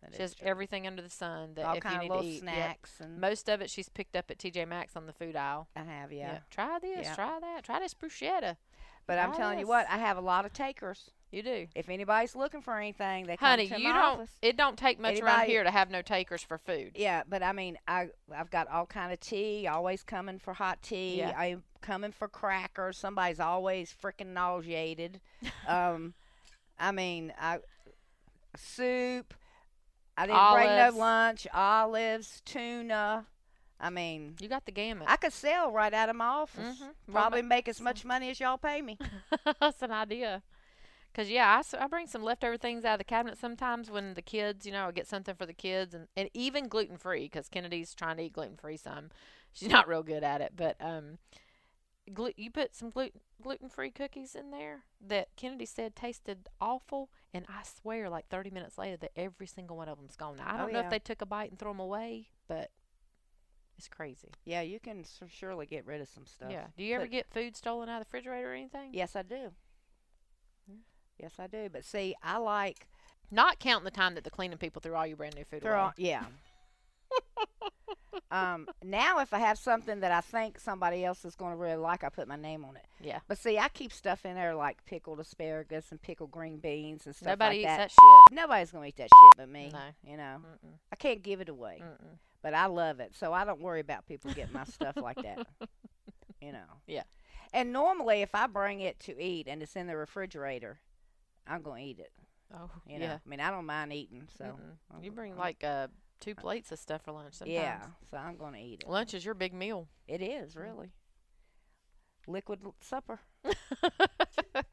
Speaker 8: That
Speaker 7: She
Speaker 8: is
Speaker 7: has
Speaker 8: true.
Speaker 7: everything under the sun that
Speaker 8: all
Speaker 7: if you
Speaker 8: kind
Speaker 7: need
Speaker 8: of little
Speaker 7: to eat. yep.
Speaker 8: snacks and
Speaker 7: Most of it she's picked up at TJ Maxx on the food aisle.
Speaker 8: I have yeah.
Speaker 7: Yeah. Try this.
Speaker 8: Yeah.
Speaker 7: Try that. Try this bruschetta.
Speaker 8: But I'm
Speaker 7: Try
Speaker 8: telling you
Speaker 7: this.
Speaker 8: what, I have a lot of takers.
Speaker 7: You do.
Speaker 8: If anybody's looking for anything, they
Speaker 7: Honey,
Speaker 8: come to
Speaker 7: you
Speaker 8: my
Speaker 7: don't.
Speaker 8: office.
Speaker 7: It don't take much around
Speaker 8: Anybody- E
Speaker 7: here to have no takers for food.
Speaker 8: Yeah, but I mean, I I've got all kind of tea. Always coming for hot tea.
Speaker 7: Yeah.
Speaker 8: I'm coming for crackers. Somebody's always freaking nauseated. um, I mean, I soup. I didn't bring
Speaker 7: Olives.
Speaker 8: no lunch. Olives, tuna. I mean,
Speaker 7: You got the gamut.
Speaker 8: I could sell right out of my office.
Speaker 7: Mhm. Well,
Speaker 8: Probably make as much money as y'all pay me.
Speaker 7: That's an idea. Cause yeah, I, s- I bring some leftover things out of the cabinet sometimes when the kids, you know, I get something for the kids and, and even gluten free because Kennedy's trying to eat gluten free some. She's not real good at it, but um, glu- you put some gluten gluten free cookies in there that Kennedy said tasted awful, and I swear, like thirty minutes later, that every single one of them's gone. Now, I
Speaker 8: Oh,
Speaker 7: don't know
Speaker 8: yeah.
Speaker 7: if they took a bite and threw them away, but it's crazy.
Speaker 8: Yeah, you can s- surely get rid of some stuff.
Speaker 7: Yeah. Do you ever
Speaker 8: But-
Speaker 7: get food stolen out of the refrigerator or anything?
Speaker 8: Yes, I do. Yes, I do. But see, I like
Speaker 7: Not counting the time that the cleaning people threw all your brand new food
Speaker 8: They're
Speaker 7: away.
Speaker 8: all- yeah. um, now, if I have something that I think somebody else is going to really like, I put my name on it.
Speaker 7: Yeah.
Speaker 8: But see, I keep stuff in there like pickled asparagus and pickled green beans and stuff
Speaker 7: Nobody
Speaker 8: like
Speaker 7: eats
Speaker 8: that.
Speaker 7: that, shit.
Speaker 8: Nobody's going to eat that shit but me.
Speaker 7: No.
Speaker 8: You know,
Speaker 7: Mm-mm,
Speaker 8: I can't give it away,
Speaker 7: mm-mm.
Speaker 8: but I love it. So I don't worry about people getting my stuff like that. You know.
Speaker 7: Yeah.
Speaker 8: And normally, if I bring it to eat and it's in the refrigerator, I'm going to eat it.
Speaker 7: Oh,
Speaker 8: You know,
Speaker 7: yeah.
Speaker 8: I mean, I don't mind eating. So
Speaker 7: Mm-mm.
Speaker 8: I'm
Speaker 7: You
Speaker 8: go-
Speaker 7: bring
Speaker 8: I'm-
Speaker 7: like uh, two plates of stuff for lunch sometimes.
Speaker 8: Yeah, so I'm going to eat it.
Speaker 7: Lunch is your big meal.
Speaker 8: It is really liquid l- supper.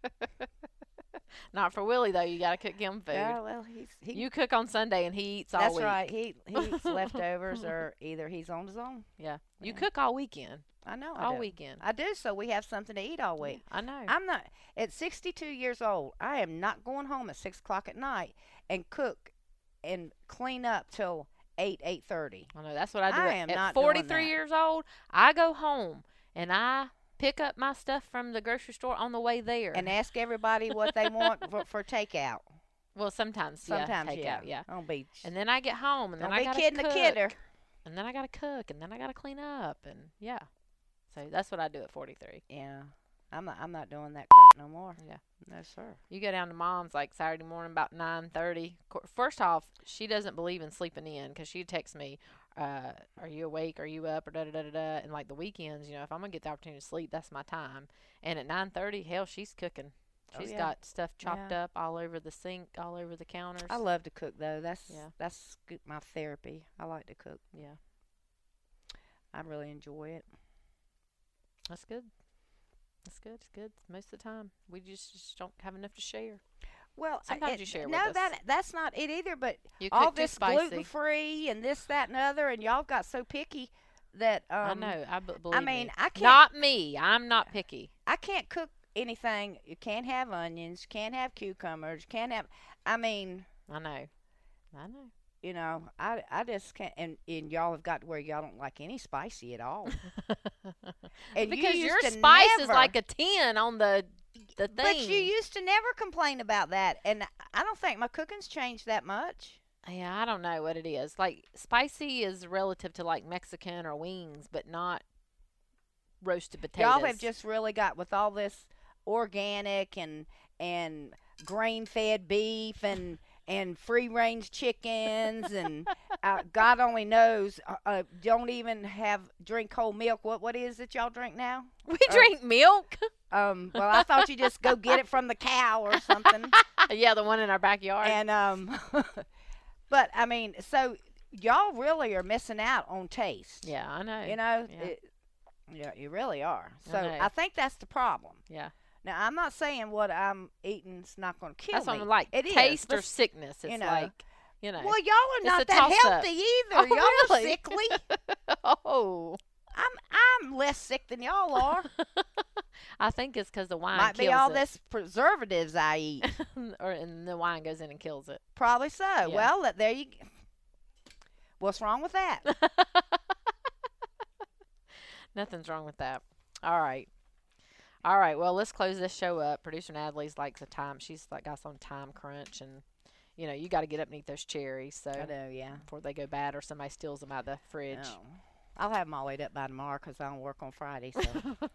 Speaker 7: Not for Willie, though. You got to cook him food.
Speaker 8: Yeah, well, he's he.
Speaker 7: You cook on Sunday and he eats all
Speaker 8: that's
Speaker 7: week.
Speaker 8: right. He he eats leftovers, or either he's on his own.
Speaker 7: Yeah. You
Speaker 8: Yeah.
Speaker 7: cook all weekend.
Speaker 8: I know. I
Speaker 7: all
Speaker 8: do.
Speaker 7: weekend.
Speaker 8: I do. So we have something to eat all week.
Speaker 7: I know.
Speaker 8: I'm not at 62 years old. I am not going home at six o'clock at night and cook and clean up till eight eight thirty.
Speaker 7: I know. That's what I do.
Speaker 8: I
Speaker 7: at,
Speaker 8: am
Speaker 7: at
Speaker 8: not doing
Speaker 7: 43
Speaker 8: that.
Speaker 7: years old, I go home and I pick up my stuff from the grocery store on the way there.
Speaker 8: And ask everybody what they want for, for takeout.
Speaker 7: well, sometimes,
Speaker 8: Sometimes,
Speaker 7: yeah, take
Speaker 8: yeah.
Speaker 7: out, yeah.
Speaker 8: Don't be,
Speaker 7: And then I get home and
Speaker 8: don't
Speaker 7: then I
Speaker 8: be
Speaker 7: gotta
Speaker 8: kidding
Speaker 7: cook.
Speaker 8: the kidder.
Speaker 7: and then I gotta cook, and then I gotta clean up, and yeah. So that's what I do at 43.
Speaker 8: Yeah. I'm not, I'm not doing that crap no more.
Speaker 7: Yeah.
Speaker 8: No, sir.
Speaker 7: You go down to mom's like Saturday morning about nine thirty. First off, she doesn't believe in sleeping in because she texts me, uh, "Are you awake? Are you up?" or da da da da da. And like the weekends, you know, if I'm gonna get the opportunity to sleep, that's my time. And at nine thirty, hell, she's cooking.
Speaker 8: Oh,
Speaker 7: She's
Speaker 8: yeah.
Speaker 7: got stuff chopped up all over the sink, all over the counters.
Speaker 8: I love to cook though. That's
Speaker 7: Yeah.
Speaker 8: that's good, my therapy. I like to cook.
Speaker 7: Yeah.
Speaker 8: I really enjoy it.
Speaker 7: That's good. That's good. It's good most of the time. We just, just don't have enough to share.
Speaker 8: Well, I-
Speaker 7: Sometimes
Speaker 8: it-
Speaker 7: you share with
Speaker 8: No,
Speaker 7: us.
Speaker 8: that that's not it either. But
Speaker 7: You
Speaker 8: all
Speaker 7: cook too
Speaker 8: this
Speaker 7: spicy.
Speaker 8: gluten free and this, that, and other, and y'all got so picky that um,
Speaker 7: I know. I b- believe. me.
Speaker 8: mean, I can't-
Speaker 7: Not me. I'm not picky.
Speaker 8: I can't cook anything. You can't have onions. You can't have cucumbers. You can't have. I mean,
Speaker 7: I know. I know.
Speaker 8: you know, I I just can't. And and y'all have got to where y'all don't like any spicy at all. And you
Speaker 7: because your
Speaker 8: used to
Speaker 7: spice is
Speaker 8: never-
Speaker 7: like a ten on the the thing.
Speaker 8: But you used to never complain about that, and I don't think my cooking's changed that much.
Speaker 7: yeah, I don't know what it is. Like spicy is relative to like Mexican or wings, but not roasted potatoes.
Speaker 8: Y'all have just really got with all this organic and and grain fed beef and and free range chickens and uh, God only knows uh, uh, don't even have drink whole milk. What what is it y'all drink now?
Speaker 7: we drink milk.
Speaker 8: Um, well, I thought you just go get it from the cow or something.
Speaker 7: yeah, the one in our backyard.
Speaker 8: and um, but I mean, so y'all really are missing out on taste.
Speaker 7: yeah, I know.
Speaker 8: you know,
Speaker 7: yeah.
Speaker 8: it, yeah, you really are.
Speaker 7: I
Speaker 8: So
Speaker 7: know.
Speaker 8: I think that's the problem.
Speaker 7: yeah,
Speaker 8: Now I'm not saying what I'm eating's not going to kill
Speaker 7: that's
Speaker 8: me.
Speaker 7: what I'm like.
Speaker 8: It is,
Speaker 7: taste
Speaker 8: but
Speaker 7: or
Speaker 8: s-
Speaker 7: sickness. It's
Speaker 8: you know.
Speaker 7: like you know.
Speaker 8: Well, y'all are
Speaker 7: It's a
Speaker 8: not that
Speaker 7: toss-up.
Speaker 8: healthy either.
Speaker 7: Oh,
Speaker 8: y'all
Speaker 7: really?
Speaker 8: are sickly.
Speaker 7: oh,
Speaker 8: I'm I'm less sick than y'all are.
Speaker 7: I think it's because the wine
Speaker 8: Might
Speaker 7: kills
Speaker 8: be all
Speaker 7: it.
Speaker 8: this preservatives I eat.
Speaker 7: or and the wine goes in and kills it.
Speaker 8: Probably so.
Speaker 7: Yeah.
Speaker 8: Well, that- there you. What's wrong with that?
Speaker 7: Nothing's wrong with that. All right. All right. Well, let's close this show up. Producer Natalie's like the time. She's like got some time crunch, and you know you got to get up and eat those cherries. So
Speaker 8: I know. Yeah.
Speaker 7: before they go bad or somebody steals them out of the fridge.
Speaker 8: No. I'll have them all ate up by tomorrow because I don't work on Friday.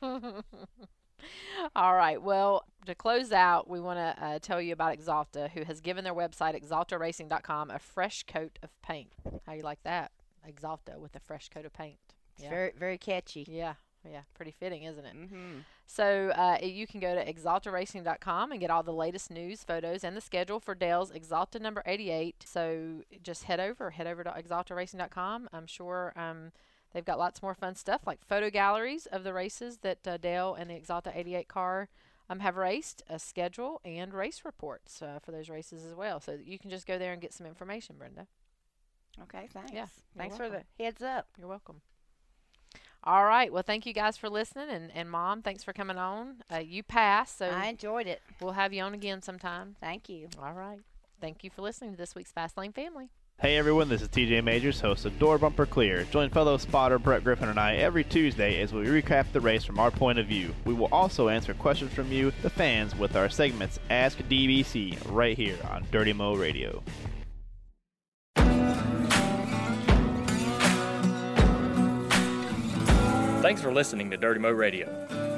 Speaker 8: So
Speaker 7: All right. Well, to close out, we want to uh, tell you about Exalta, who has given their website exaltaracing.com a fresh coat of paint. How you like that? Exalta with a fresh coat of paint.
Speaker 8: it's
Speaker 7: Yeah.
Speaker 8: very very catchy.
Speaker 7: Yeah. Yeah. Pretty fitting, isn't it?
Speaker 8: Mm-hmm.
Speaker 7: So uh, you can go to exaltaracing.com and get all the latest news, photos, and the schedule for Dale's Exalta number 88. So just head over, head over to exaltaracing.com. I'm sure um, they've got lots more fun stuff like photo galleries of the races that uh, Dale and the Exalta 88 car um, have raced, a schedule, and race reports uh, for those races as well. So you can just go there and get some information, Brenda.
Speaker 8: Okay. Thanks.
Speaker 7: you're
Speaker 8: thanks for the
Speaker 7: welcome.
Speaker 8: heads up.
Speaker 7: You're welcome. All right. Well, thank you guys for listening. And, and Mom, thanks for coming on. Uh, you passed. So
Speaker 8: I enjoyed it.
Speaker 7: We'll have you on again sometime.
Speaker 8: Thank you.
Speaker 7: All right. Thank you for listening to this week's Fast Lane Family.
Speaker 4: Hey everyone, this is TJ Majors, host of Door Bumper Clear. Join fellow spotter Brett Griffin and I every Tuesday as we recap the race from our point of view. We will also answer questions from you, the fans, with our segments Ask DBC right here on Dirty Mo Radio.
Speaker 1: Thanks for listening to Dirty Mo Radio.